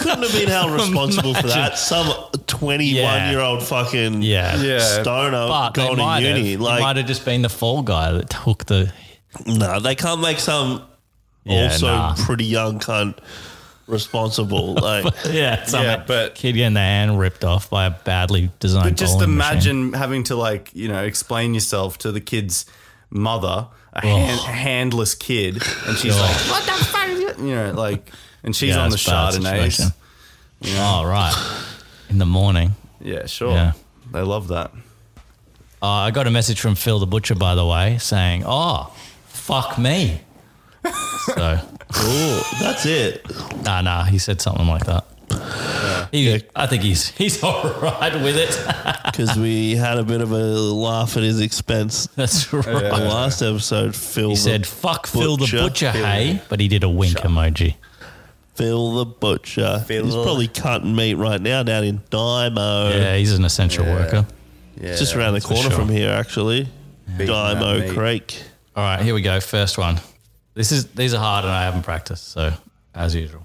couldn't have been held responsible for that. Some 21 Yeah. year old fucking Yeah. Yeah. stoner But they going to might uni. have. It might Like, have just been the fall guy that took the. no, they can't make some Yeah, also nah. pretty young cunt responsible. Like, Yeah, some Yeah, but- kid getting their hand ripped off by a badly designed. but just bowling machine. imagine having to like, you know, explain yourself to the kid's mother, a Oh. hand, handless kid, and she's like, "What the fuck?" is it?" You know, like, and she's Yeah, on the that's a bad Chardonnays. situation. Oh right, in the morning. Yeah, sure. Yeah. They love that. Uh, I got a message from Phil the butcher, by the way, saying, "Oh, fuck me." So ooh, that's it. nah, nah, he said something like that. He, I think he's he's all right with it. Because we had a bit of a laugh at his expense. That's right. The last episode, Phil He the, said, "Fuck Phil the Butcher. butcher, hey," but he did a wink emoji. Phil the Butcher. Phil. He's probably cutting meat right now down in Dymo. Yeah, he's an essential worker. Yeah, It's just around the corner sure. from here, actually. Beating that Dymo meat. Creek. All right, here we go. First one. This is these are hard, and I haven't practiced, so as usual.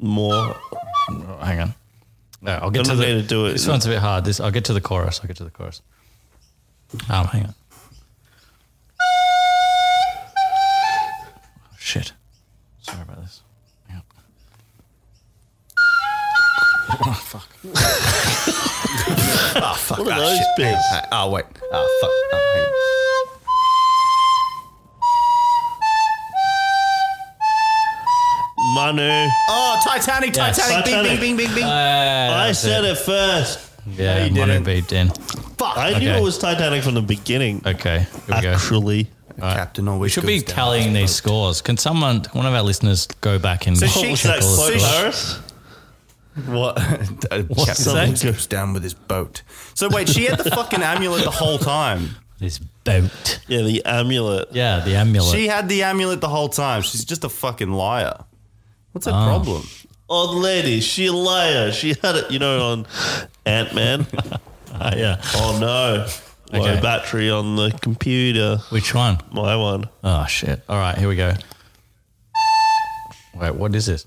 More. Ah, Oh, hang on. No, I'll get Don't to the. need to do it. This one's a bit hard. This I'll get to the chorus. I'll get to the chorus. Um, hang on. Oh, Shit. Sorry about this. Hang on. Oh, fuck. Oh, What are those bits? Oh, wait. Oh, fuck. Oh, hang on. Ah. Manu. Oh, Titanic, Yes. Titanic, bing, Titanic. bing, bing, bing, bing. Uh, I said it first. Yeah, you mono didn't. beeped in. Fuck. I knew Okay. it was Titanic from the beginning. Okay, here we go. Actually. Captain always We should be tallying these scores. Can someone, one of our listeners, go back and So What she- was that? all the Slow so she- scores? Paris? What? What's Captain that? goes down with his boat. So wait, she had the fucking amulet the whole time. This boat. Yeah, the amulet. Yeah, the amulet. She had the amulet the whole time. She's just a fucking liar. What's Ah. her problem? Old lady, she a liar. She had it, you know, on Ant Man. Ah, yeah. oh no. Low Okay. battery on the computer. Which one? My one. Oh shit! All right, here we go. Wait, what is this?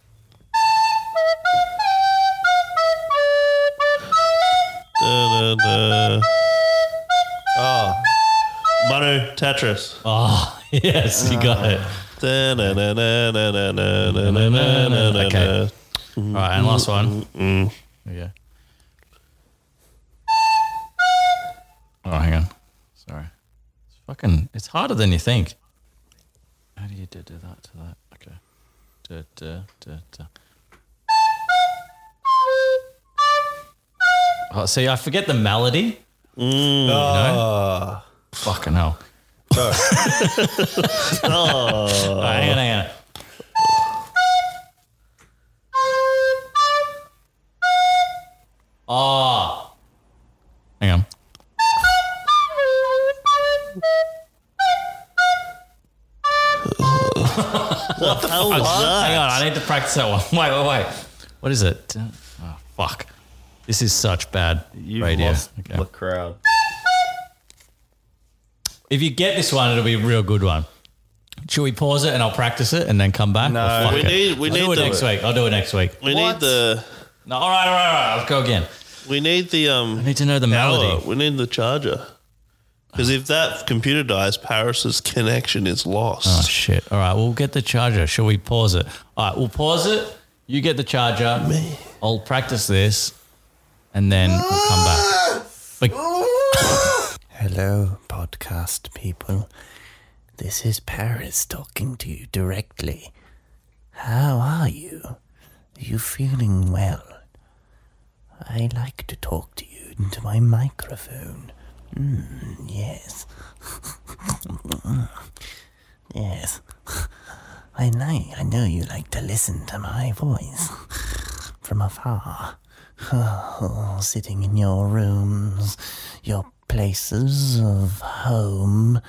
Da, da, da. Ah, Manu Tetris. Oh, yes, you got it. Okay. Mm-hmm. All right, and last one. There we go. Oh, hang on. Sorry. It's fucking, it's harder than you think. How do you do do that to that? Okay. Da, da, da, da. Oh, see, I forget the melody. Oh. Fucking hell. oh. hang on, hang on. Oh. Hang on. Hang on, I need to practice that one. Wait, wait, wait. What is it? Oh, fuck. This is such bad You've radio. lost Okay. the crowd. If you get this one, it'll be a real good one. Should we pause it and I'll practice it and then come back? No. Or fuck We it? need- we I'll need do it the- next week. I'll do it next week. We need the No, all right, all right, all right. Let's go again. we need the I um need to know the power. melody. We need the charger. Because if that computer dies, Paris's connection is Oh, lost. shit. All right, we'll get the charger. Shall we pause it? All right, we'll pause it. You get the charger. Me. I'll practice this and then we'll come back. But Hello, podcast people. This is Paris talking to you directly. How are you? Are you feeling well? I like to talk to you into my microphone. Mm, yes. yes. I like, I know you like to listen to my voice from afar. Oh, sitting in your rooms, your places of home,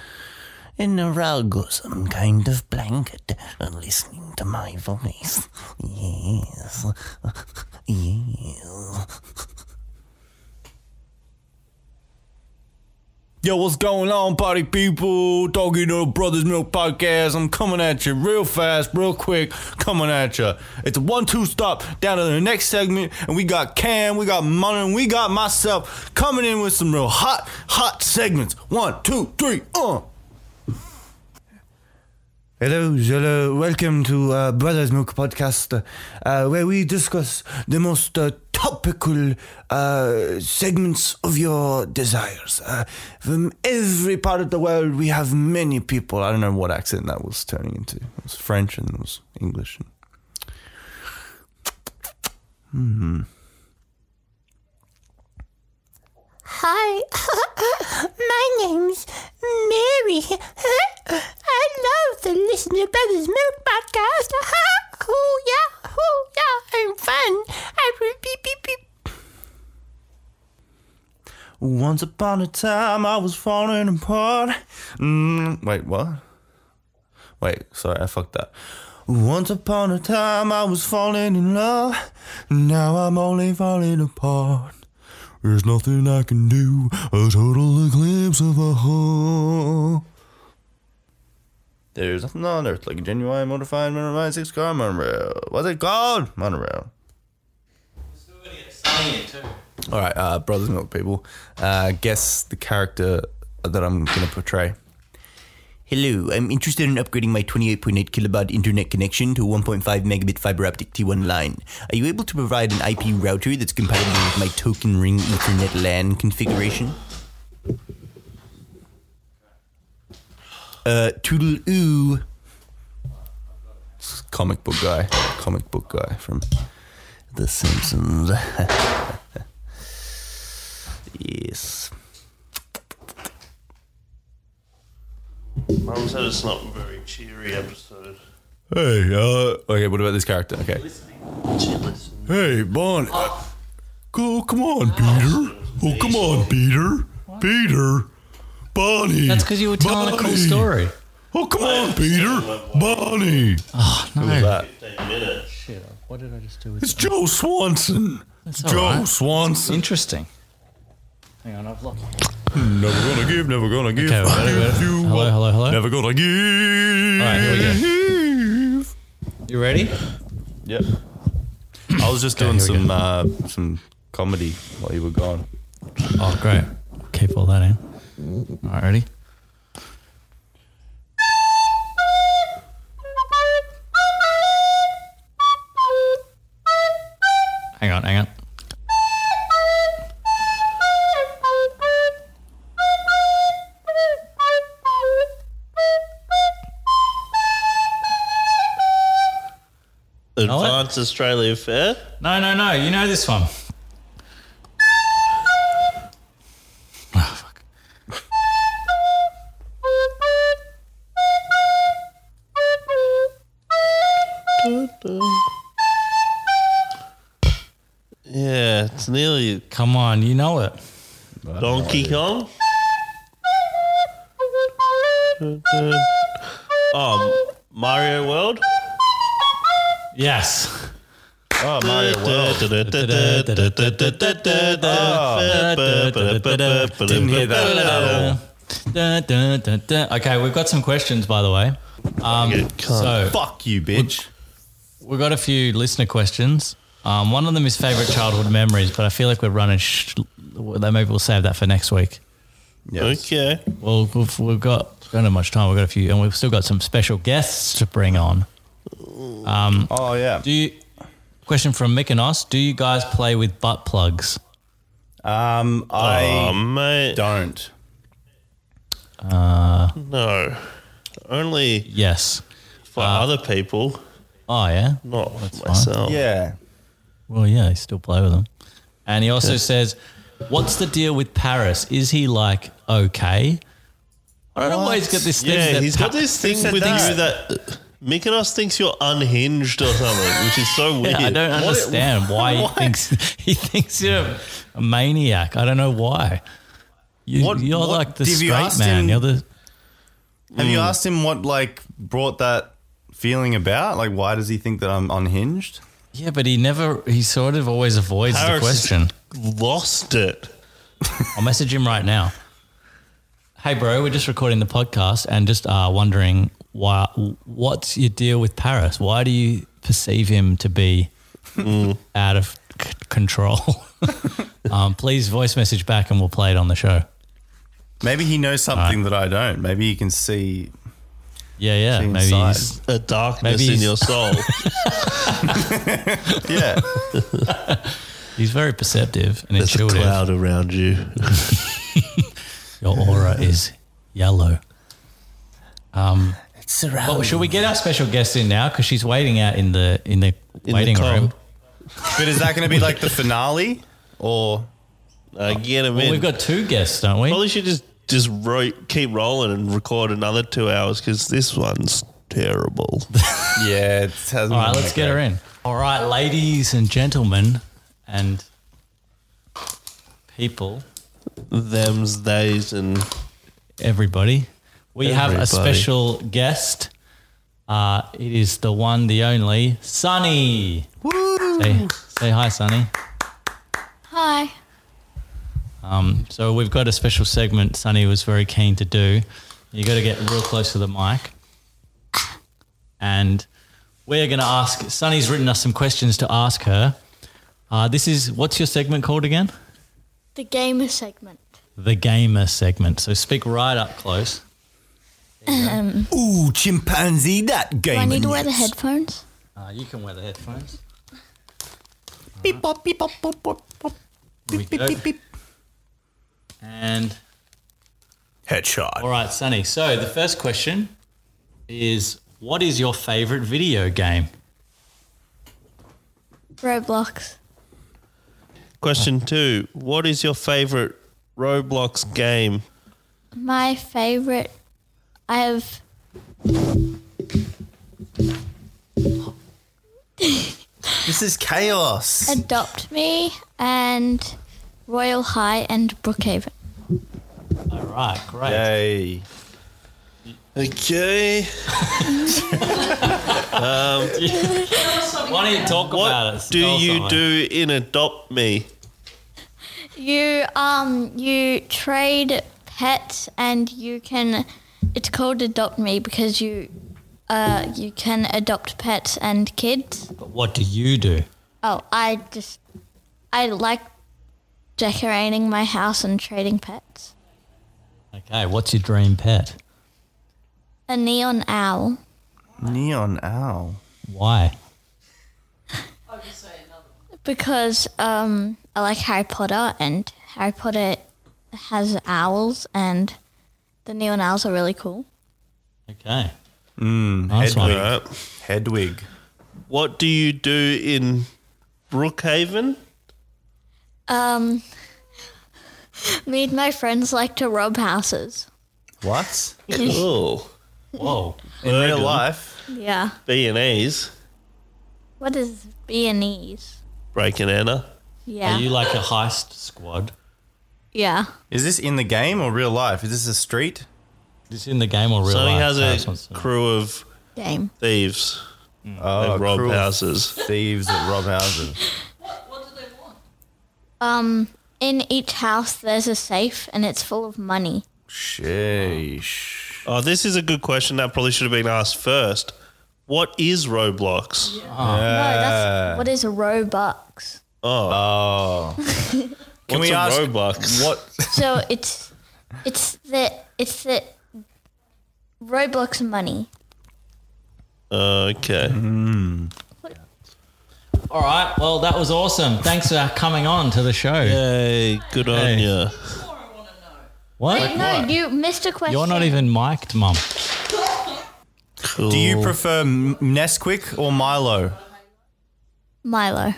in a rug or some kind of blanket, and listening to my voice. Yes, yes. Yo, what's going on, party people? Doggy Little Brothers Milk Podcast. I'm coming at you real fast, real quick. Coming at you. It's a one-two stop down to the next segment, and we got Cam, we got Mona, and we got myself coming in with some real hot, hot segments. One, two, three, uh. Hello, hello, welcome to uh, Brothers Milk Podcast, uh, where we discuss the most uh, topical uh, segments of your desires. Uh, from every part of the world, we have many people. Well, I don't know what accent that was turning into. It was French and it was English. And... Hi, my name's Mary. I love the Listen to Brothers Milk podcast. Oh yeah, oh yeah, I'm fun. I will beep beep beep. Once upon a time, I was falling apart. Mm, wait, what? Wait, sorry, I fucked that. Once upon a time, I was falling in love. Now I'm only falling apart. There's nothing I can do. A total eclipse of a heart. There's nothing on earth like a genuine modifying motorized six car monorail. What's it called? Monorail. All right, uh, brothers milk people. Uh, guess the character that I'm going to portray. Hello, I'm interested in upgrading my 28.8 kilobaud internet connection to a 1.5 megabit fiber optic T1 line. Are you able to provide an IP router that's compatible with my token ring Ethernet LAN configuration? Uh, toodle oo. Comic book guy. Comic book guy from. The Simpsons. yes. Oh, Mum said it's not a very cheery episode. Hey, uh. Okay, what about this character? Okay. Hey, Bon. Uh, Go, come on, Peter. Oh, come on, Peter. Peter. Bonnie. that's because you were telling a cool story. Oh, come on, Peter. Bonnie. No. minutes. What did I just do with It's Joe Swanson. all Joe right. Swanson. Interesting. Hang on, I've lost. Never gonna give, never gonna give. Okay, I ready, give ready. you Hello, up. hello, hello. Never gonna give. All right, here we go. You ready? Yep. I was just doing here we some uh, some comedy while you were gone. Oh, great. Keep all that in. All right, ready? on, hang on. Oh, what? Advance Australia Fair. No, no, no. You know this one. Oh, fuck. Yeah, it's nearly Come on, you know it. Donkey Kong. Um, Mario World. Yes. Oh, Mario World. Oh, Didn't hear that at Okay, we've got some questions, by the way. Um, so Fuck you, bitch. we've got a few listener questions. Um, one of them is favorite childhood memories, but I feel like we're running. Sh- maybe we'll save that for next week. Yes. Okay. Well, we've, we've got don't have much time. We've got a few, and we've still got some special guests to bring on. Oh, yeah. Do you? Question from Mick and Os: Do you guys play with butt plugs? Um, I Oh mate, don't. no. Only Yes. for other people, Oh yeah. not for Oh. myself. Yeah. Well, yeah, you still play with them. And he also says, "What's the deal with Paris? Is he like okay?" I don't always get this thing. Yeah, that he's got this thing said with that? you that Mykonos thinks you're unhinged or something, which is so weird. I don't What- understand why he thinks he thinks you're a maniac. I don't know why. You, What- you're what- like the if you straight asked man. him- You're the Have Hmm. you asked him what like brought that feeling about? Like, why does he think that I'm unhinged? yeah, but he never. He sort of always avoids the Paris is- question. Lost it. I'll message him right now. Hey, bro, we're just recording the podcast and just uh, wondering why. What's your deal with Paris? Why do you perceive him to be Hmm. out of c- control? um, please voice message back and we'll play it on the show. Maybe he knows something that I don't. Maybe he can see. Yeah, yeah, See maybe. inside. he's- A darkness Maybe in he's- your soul. Yeah. He's very perceptive and There's a intuitive. cloud around you. Your aura is yellow. It's surrounding. Oh, should we get our special guest in now? Because she's waiting out in the in the the waiting cold. room. but is that going to be like the finale, or Uh, get him Oh. Well, in. we've got two guests, don't we? Probably should just just ro- keep rolling and record another two hours because this one's terrible. yeah? It hasn't All right, let's get her in. All right, ladies and gentlemen, and people, Them's days and everybody, we have a Everybody. special guest. Uh, it is the one, the only, Sunny. Woo! Say, say hi, Sunny. Hi. Um, So we've got a special segment Sunny was very keen to do. You got to get real close to the mic. And we're going to ask Sunny's written us some questions to ask her. Uh, this is what's your segment called again? The gamer segment. The gamer segment. So speak right up close. Ooh, chimpanzee, that game. Do I need to wear the headphones? Uh, you can wear the headphones. Beep, bop, beep, bop, bop, bop, bop, Here we beep, go. beep, beep. And headshot. all right, Sunny. So the first question is what is your favorite video game? Roblox. question two: What is your favorite Roblox game? My favorite. I have. This is chaos. Adopt Me and Royal High and Brookhaven. All right, great. Yay! Okay. Why don't you talk about it? What do Tell us you something. do in Adopt Me? You um you trade pets and you can. It's called Adopt Me because you. Uh, you can adopt pets and kids. But what do you do? Oh, I just I like decorating my house and trading pets. Okay, what's your dream pet? A neon owl. Neon owl. Why? because um, I like Harry Potter, and Harry Potter has owls, and the neon owls are really cool. Okay. Hmm, nice one. Right. Hedwig. Uh, What do you do in Brookhaven? Um, me and my friends like to rob houses. What? Oh, Whoa. In real life. Yeah. B and E's What is B and E's? breaking Anna. Yeah. Are you like a heist squad? yeah. Is this in the game or real life? Is this a street? This in the game or real Sonny life? has Oh, that's a what's- crew of Dame. thieves. Oh, They rob cruel houses. Thieves that rob houses. In each house, there's a safe, and it's full of money. Sheesh. Oh, this is a good question that probably should have been asked first. What is Roblox? Uh. No, that's what is Robux. Oh. Can What's we a ask Robux? what? So it's it's the it's the Roblox money. Uh, Okay. All right. Well, that was awesome. Thanks for coming on to the show. Hey, good on Hey. you. What? Wait, no, you missed a question. You're not even mic'd, mum. Do you prefer M- Nesquik or Milo? Milo.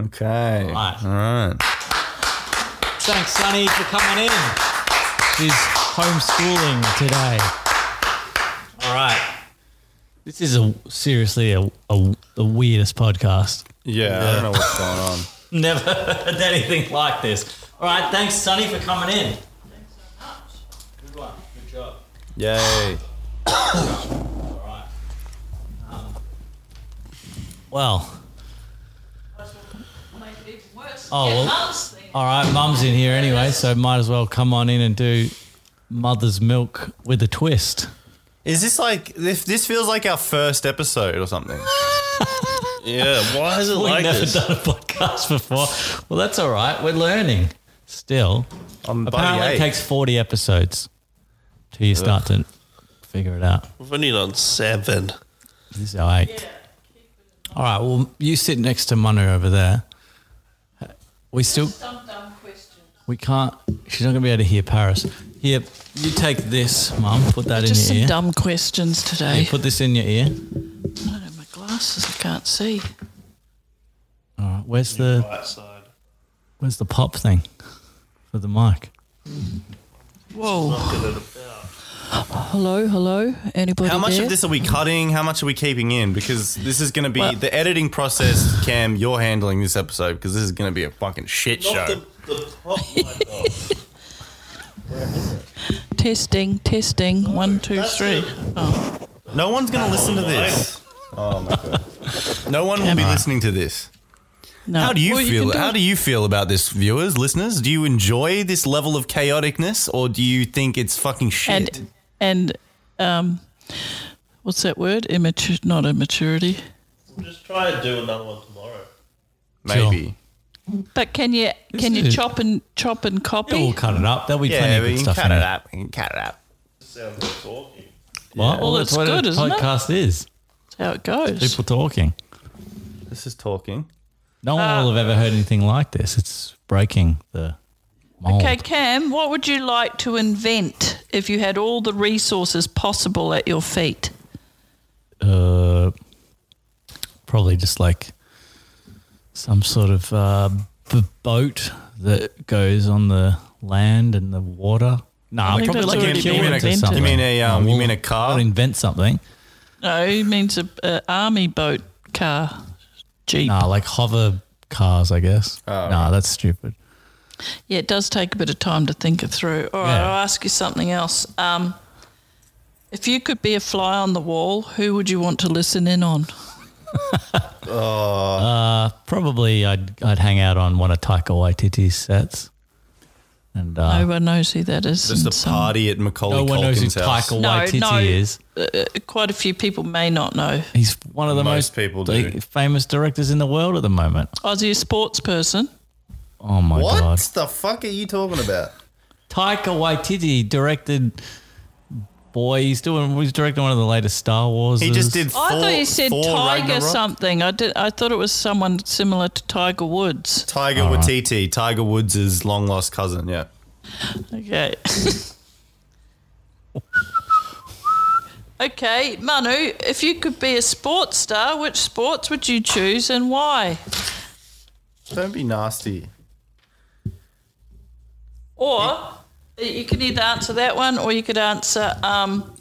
Okay. All Right. right. Thanks, Sonny, for coming in. She's homeschooling today. All right. This is a seriously a, a the weirdest podcast. Yeah, I don't know what's going on. Never heard anything like this. All right. Thanks, Sonny, for coming in. Thanks so much. Good one. Good job. Yay. Well. Oh well. All right, Mum's in here anyway, so might as well come on in and do mother's milk with a twist. Is this like this? This feels like our first episode or something. Yeah, why is it We've like never this? done a podcast before. Well, that's all right. We're learning still. On Apparently, it takes forty episodes till you start to figure it out. We've only done seven. This is our eighth. All right. Well, you sit next to Manu over there. We still. We can't. She's not going to be able to hear Paris. Here, you take this, Mum. Put that Just in some your ear. dumb questions Here, today. put this in your ear. I don't have my glasses. I can't see. All right. Where's the Right side. Where's the pop thing for the mic? Whoa. Hello, hello. Anybody How much there? of this are we cutting? How much are we keeping in? Because this is going to be Well- the editing process. Cam, you're handling this episode because this is going to be a fucking shit show. Not the, the top light off. Testing, testing. One, two, three. Oh, no one's going to listen to this. Oh my god. No one will be listening to this. no. How do you Well, feel? can do How it. do you feel about this, viewers, listeners? Do you enjoy this level of chaoticness, or do you think it's fucking shit? and and um, what's that word? Immature, not immaturity. We'll just try and do another one tomorrow. Maybe. But can you can you is- chop and chop and Yeah, copy? we'll cut it up. There'll be plenty Yeah, of we good can stuff cut in it it. up. We can cut it up. Sounds like talking. Well, well, Well, that's it's what good, a isn't it? podcast is. That's how it goes. People talking. This is talking. No one Uh, will have ever heard anything like this. It's breaking the mold. Okay, Cam, what would you like to invent if you had all the resources possible at your feet? Uh, probably just like some sort of uh, b- boat that goes on the land and the water. No, think probably that's like already a been kiln or invented. something. You mean a um, you mean a I'll car? invent something. No, he means a, a army boat car, jeep. Nah, like hover cars, I guess. Oh, nah, that's stupid. Yeah, it does take a bit of time to think it through. All right, Yeah. I'll ask you something else. Um, if you could be a fly on the wall, who would you want to listen in on? Probably I'd I'd hang out on one of Taika Waititi's sets. And uh, no one knows who that is. Just and a some- party at Macaulay no one knows who Culkin's house. Taika No, Waititi no. is. Quite a few people may not know. He's one of the Most most, people di- do. famous directors in the world at the moment. Aussie sports person. Oh my god! the fuck are you talking about? Taika Waititi directed boy. He's doing. He's directing one of the latest Star Wars. He just did. I Thor, thought you said Thor Tiger Ragnarok. something. I did. I thought it was someone similar to Tiger Woods. Tiger Watiti, Tiger Woods' long lost cousin. Yeah. Okay. okay, Manu, if you could be a sports star, which sports would you choose and why? Don't be nasty. Or you can either answer that one or you could answer um,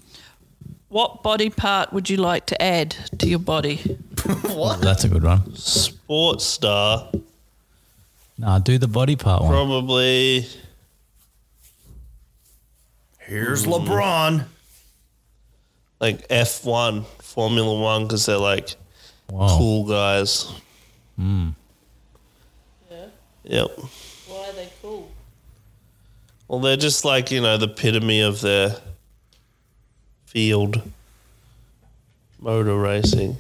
what body part would you like to add to your body? That's a good one. Sports star, Nah, do the body part one. probably. Here's LeBron. like F one Formula One because they're like Wow. cool guys. Yeah. Yep. Why are they cool? Well, they're just like you know the epitome of their field motor racing.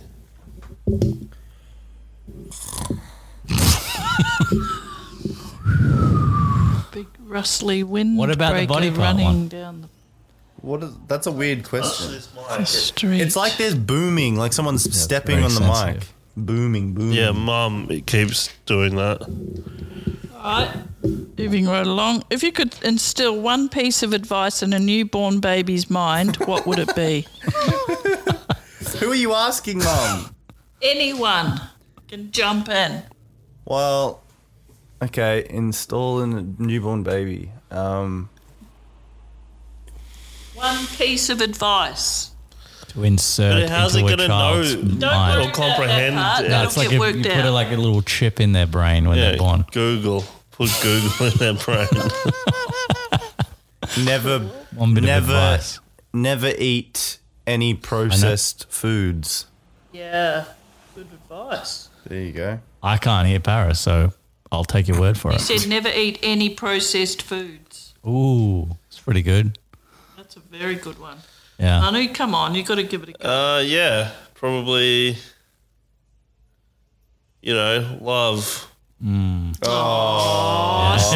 Big rustly wind. What about the body part running one? down the What is? That's a weird question. street? It's like there's booming, like someone's stepping very on the sensitive. mic. Booming, booming. Yeah, mum it keeps doing that. All right. Moving right along. If you could instill one piece of advice in a newborn baby's mind, what would it be? Who are you asking, Mum? Anyone can jump in. well, okay, installing a newborn baby. Um, One piece of advice. to insert But how's into it a gonna child's know? Don't mind. worry. comprehend That part. it. That'll It's like get if worked you out. put a, like a little chip in their brain when Yeah, they're born. Google put Google in their brain. never, One bit Never- of advice. never eat any processed foods. yeah. Good advice. There you go. I can't hear Paris, so I'll take your word for You it. said never eat any processed foods. Ooh, it's pretty good. That's a very good one. Yeah. Manu, come on, you got to give it a go. uh, yeah, probably. You know, love. Oh.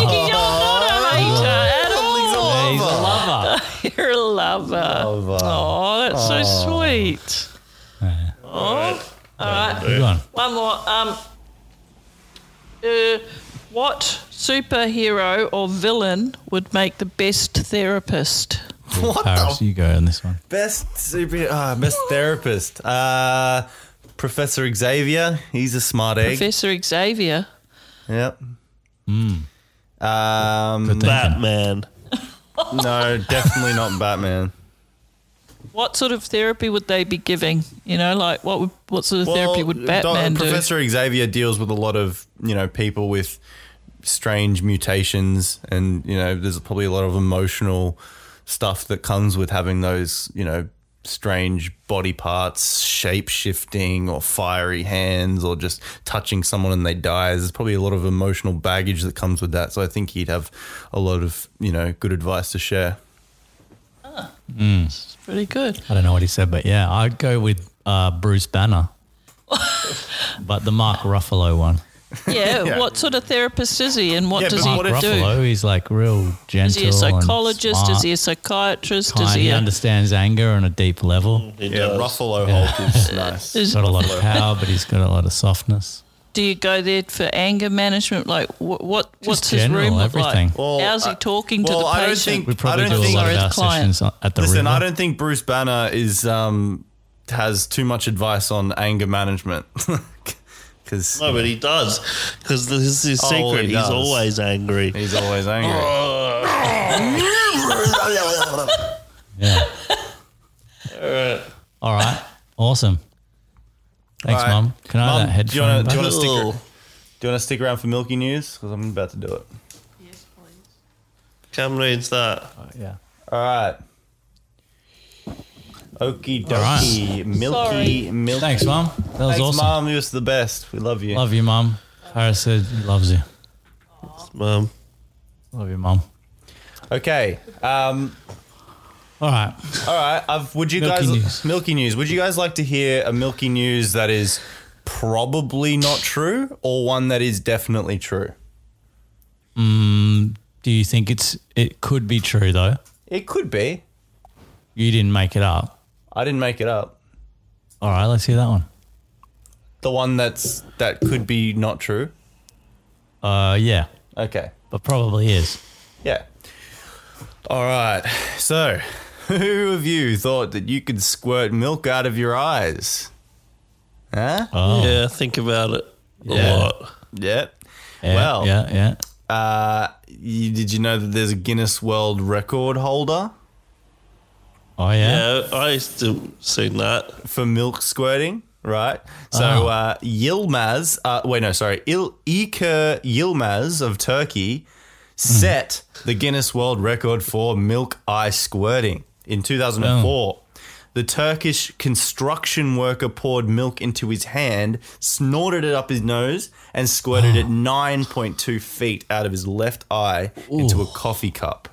You're not a hater at all. Yeah, he's a lover. You're a lover. Oh, that's so sweet. Good one. One more. Um, uh, what superhero or villain would make the best therapist? What Paris, you go on this one. Best super, ah, best therapist. Uh, Professor Xavier. He's a smart egg. Professor Xavier. yep. Um, Good thinking. Batman. no, definitely not Batman. What sort of therapy would they be giving? You know, like what would, what sort of therapy would Doc- Batman do? Professor Xavier deals with a lot of you know people with strange mutations, and you know there's probably a lot of emotional stuff that comes with having those you know strange body parts, shape shifting, or fiery hands, or just touching someone and they die. There's probably a lot of emotional baggage that comes with that. So I think he'd have a lot of you know good advice to share. It's pretty good. I don't know what he said, but yeah, I'd go with uh, Bruce Banner, but the Mark Ruffalo one. Yeah, What sort of therapist is he, and what Yeah, does but he Mark what if- do? Ruffalo, he's like real gentle. Is he a psychologist? And Is smart, he a psychiatrist? kind. Is he he a, understands anger on a deep level. He Yeah, does. Ruffalo Hulk is nice. is, Got a lot of power, but he's got a lot of softness. do you go there for anger management? Like what? what what's his general, room look everything. like? How's he I- talking to well, the I patient? don't think- We probably I do don't a think- lot Sorry, of it's our client. sessions at the Listen, river. I don't think Bruce Banner is um, has too much advice on anger management because No, but he does because this is his Oh, he secret. He's does. always angry. he's always angry. Yeah. All right. Awesome. Thanks, All right. Mum. Can I have Mum, that do you wanna- do you headphone? back? wanna stick ar- Do you want to stick around for Milky News? Because I'm about to do it. Cam needs that. yeah. All right. Okie dokie, Milky, Milky. Thanks, Mum. That was Thanks, awesome. Mum. You're the best. We love you. Love you, Mum. Paris said he loves you. Mum. Love you, Mum. Okay. Um, All right. all right. I've, would you Milky guys News. Milky News? Would you guys like to hear a Milky News that is probably not true, or one that is definitely true? Um, Do you think it's it could be true though? It could be. You didn't make it up. I didn't make it up. All right, let's hear that one. The one that's that could be not true. Uh, yeah, Okay. but probably is. Yeah. All right. So, who of you thought that you could squirt milk out of your eyes? Huh? Oh, Yeah, think about it a Yeah. lot. Yep. yeah, well, yeah, yeah. uh, you, did you know that there's a Guinness World Record holder Oh, yeah. Yeah, I still seen that. for milk squirting? Right. So, Oh. uh, Yilmaz, uh, wait, no, sorry, Il- İlker Yilmaz of Turkey Hmm. set the Guinness World Record for milk eye squirting in Oh. 2004. The Turkish construction worker poured milk into his hand, snorted it up his nose, and squirted Ah. it 9.2 feet out of his left eye into a coffee cup,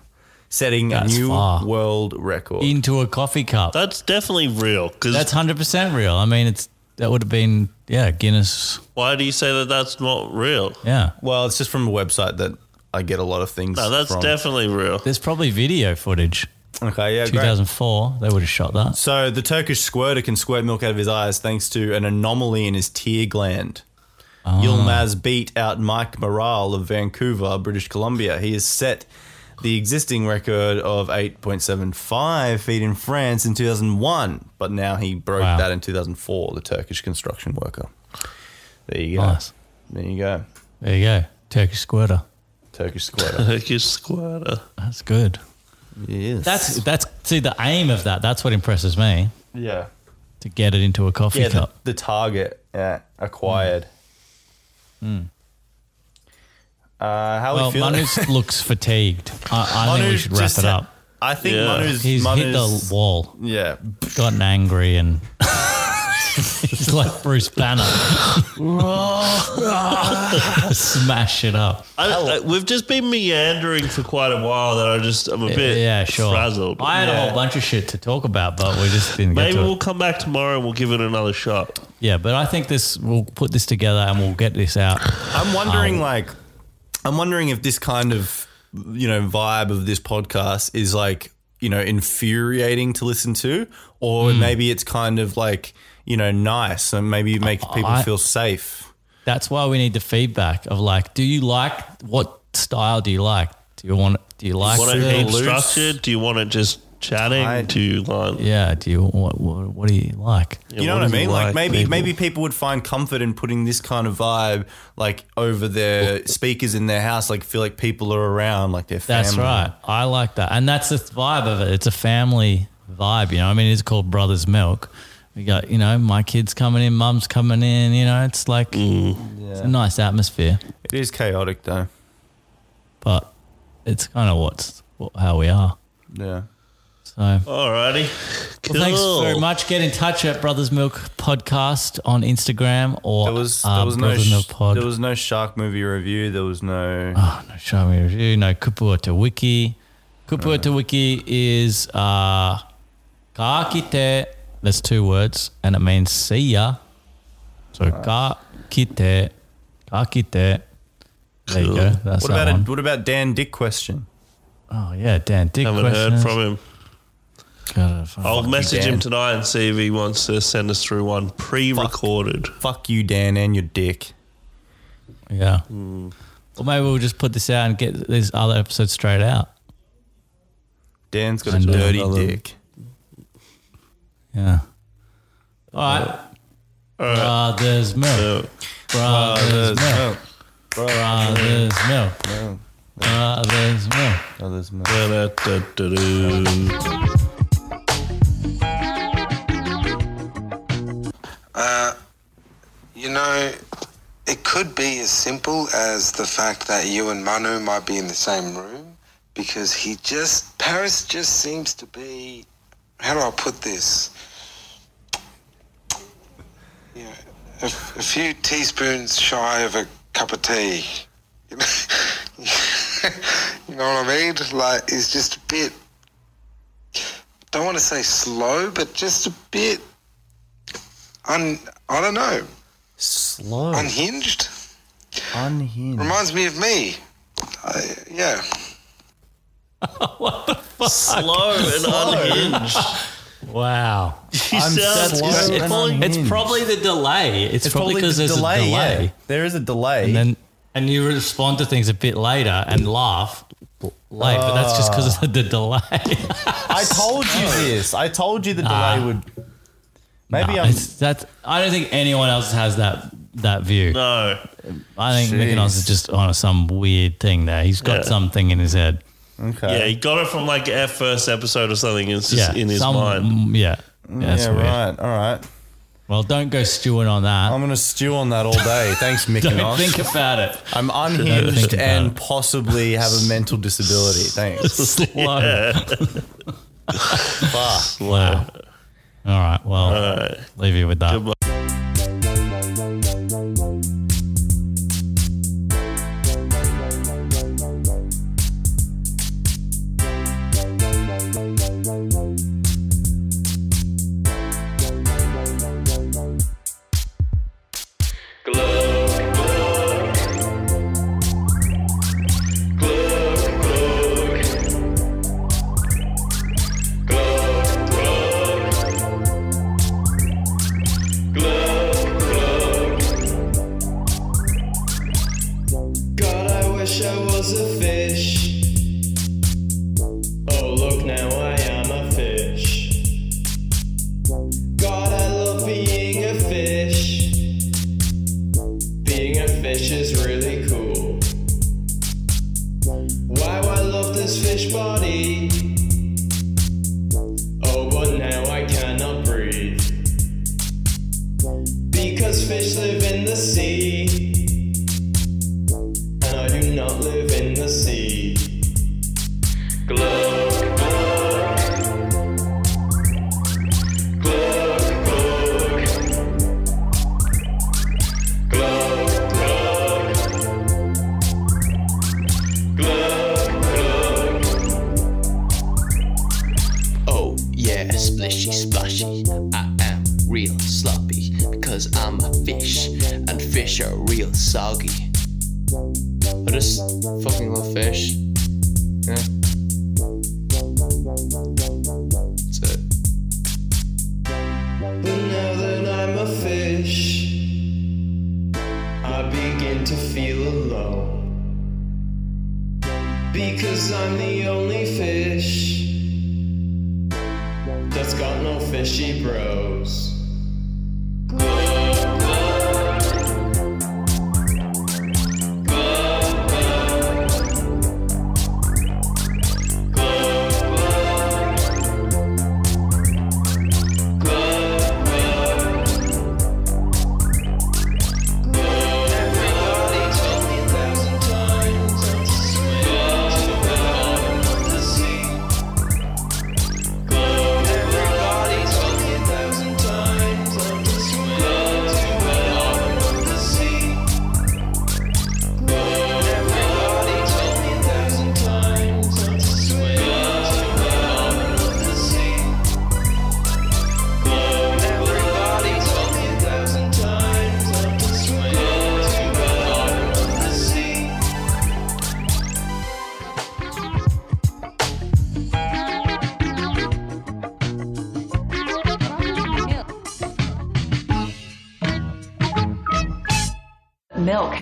setting That's a new far. world record. Into a coffee cup. That's definitely real. That's Because hundred percent real. I mean, it's that would have been yeah Guinness. why do you say that that's not real? Yeah, well, it's just from a website that I get a lot of things. No, that's from. definitely real. there's probably video footage. okay. Yeah, great. 2004, they would have shot that. So the Turkish squirter can squirt milk out of his eyes thanks to an anomaly in his tear gland. Ah. Yilmaz beat out Mike Morale of Vancouver, British Columbia. He has set the existing record of 8.75 feet in France in 2001, but now he broke Wow. that in 2004, the Turkish construction worker. There you go. Nice. There you go. There you go, Turkish squirter. Turkish squirter. Turkish squatter. That's good. yes. That's that's see the aim of that. That's what impresses me yeah. to get it into a coffee Yeah, the, cup. the target yeah, acquired. Uh, how Mm. Well, we feeling? Manu's looks fatigued. I, I think we Manu's should wrap just- it up. I think Yeah. Manu's, He's hit the Manu's wall, yeah, gotten angry, and he's like Bruce Banner. Smash it up. I, I, we've just been meandering for quite a while. That I just I'm a bit yeah, sure. frazzled. I had a Yeah. whole bunch of shit to talk about, but we just didn't get Maybe to we'll it. come back tomorrow and we'll give it another shot. Yeah, but I think this we'll put this together and we'll get this out. I'm wondering, Um, like, I'm wondering if this kind of, you know, vibe of this podcast is like, you know, infuriating to listen to, or Mm. maybe it's kind of like, you know, nice and maybe it makes people I- feel safe. That's why we need the feedback of like, do you like what style do you like? Do you want do you like Want the- it heat loose. structured? Do you want it just chatting? I- do you want? Yeah, do you what what, what do you like? Yeah, You know what, do I you mean? Like, maybe people? maybe people would find comfort in putting this kind of vibe like over their speakers in their house, like feel like people are around, like their family. That's right. I like that. And that's the vibe of it. It's a family vibe, you know. I mean, it's called Brothers Milk. We got, you know, my kids coming in, mum's coming in, you know, it's like Mm. mm. it's a nice atmosphere. It is chaotic though. but it's kind of what's what, how we are. Yeah. So well, Alrighty. Cool. thanks very much. Get in touch at Brothers Milk Podcast on Instagram or There was uh, there was no Brothers sh- Milk Pod. there was no shark movie review. There was no oh, no show me review. No Kupua to Wiki. Kupua to Wiki is uh, kaakite. That's two words, and it means see ya. So kaakite, kaakite. There you go. That's What that about a, one. what about Dan Dick question? oh yeah, Dan. Dick Haven't heard questions. from Oh. him. Gotta find- I'll message him Dan. tonight and see if he wants to send us through one pre-recorded. Fuck you, Dan, and your dick. Yeah. Or maybe we'll just put this out and get this other episode straight out. Dan's got a And, uh, dirty another- dick. Yeah. All right. Uh, Brothers milk. uh, Brothers milk. Brothers milk. Brothers milk. Brothers milk. Da-da-da-da-doo. You know, it could be as simple as the fact that you and Manu might be in the same room because he just, Paris just seems to be, how do I put this? You know, a, a few teaspoons shy of a cup of tea. You know, you know what I mean? Like, he's just a bit, don't want to say slow, but just a bit, un, I don't know Slow, unhinged. unhinged. Reminds me of me. I, yeah. what the fuck? Slow and unhinged. Wow. She sounds slow it's, and probably, it's unhinged. probably the delay. It's, It's probably probably because the there's delay, a delay. yeah. There is a delay. And then and you respond to things a bit later and laugh late, but that's just because of the delay. I told you this. I told you the Nah. delay would. Maybe Nah, I'm. Ah. it's- that's, I don't think anyone else has that that view. No. I think Jeez. Mykonos is just on some weird thing there. He's Yeah. got something in his head. Yeah, Okay. he got it from like our first episode or something. It's just in his Uh, some- mind. mm, Yeah. Yeah, that's yeah weird. right. All right. Well, don't go stewing on that. I'm gonna stew on that all day. Thanks, Mickey. don't Mouse. think about it. I'm Don't think unhinged about and it. possibly have a mental disability. Thanks. Slow. Fuck. Wow. All right. Well, leave you with that. Good luck. God, I wish I was a fish. Oh, look, now I am a fish. God, I love being a fish. Being a fish is really cool. Wow, I love this fish body. Oh, but now I cannot breathe. Because fish live in the sea. And I do not live in the sea. Glow. Oh yeah, splishy splashy. I am real sloppy because I'm a fish, and fish are real soggy. I just fucking love fish. Yeah. That's it. But now that I'm a fish, I begin to feel alone. Because I'm the only fish that's got no fishy bros. Milk.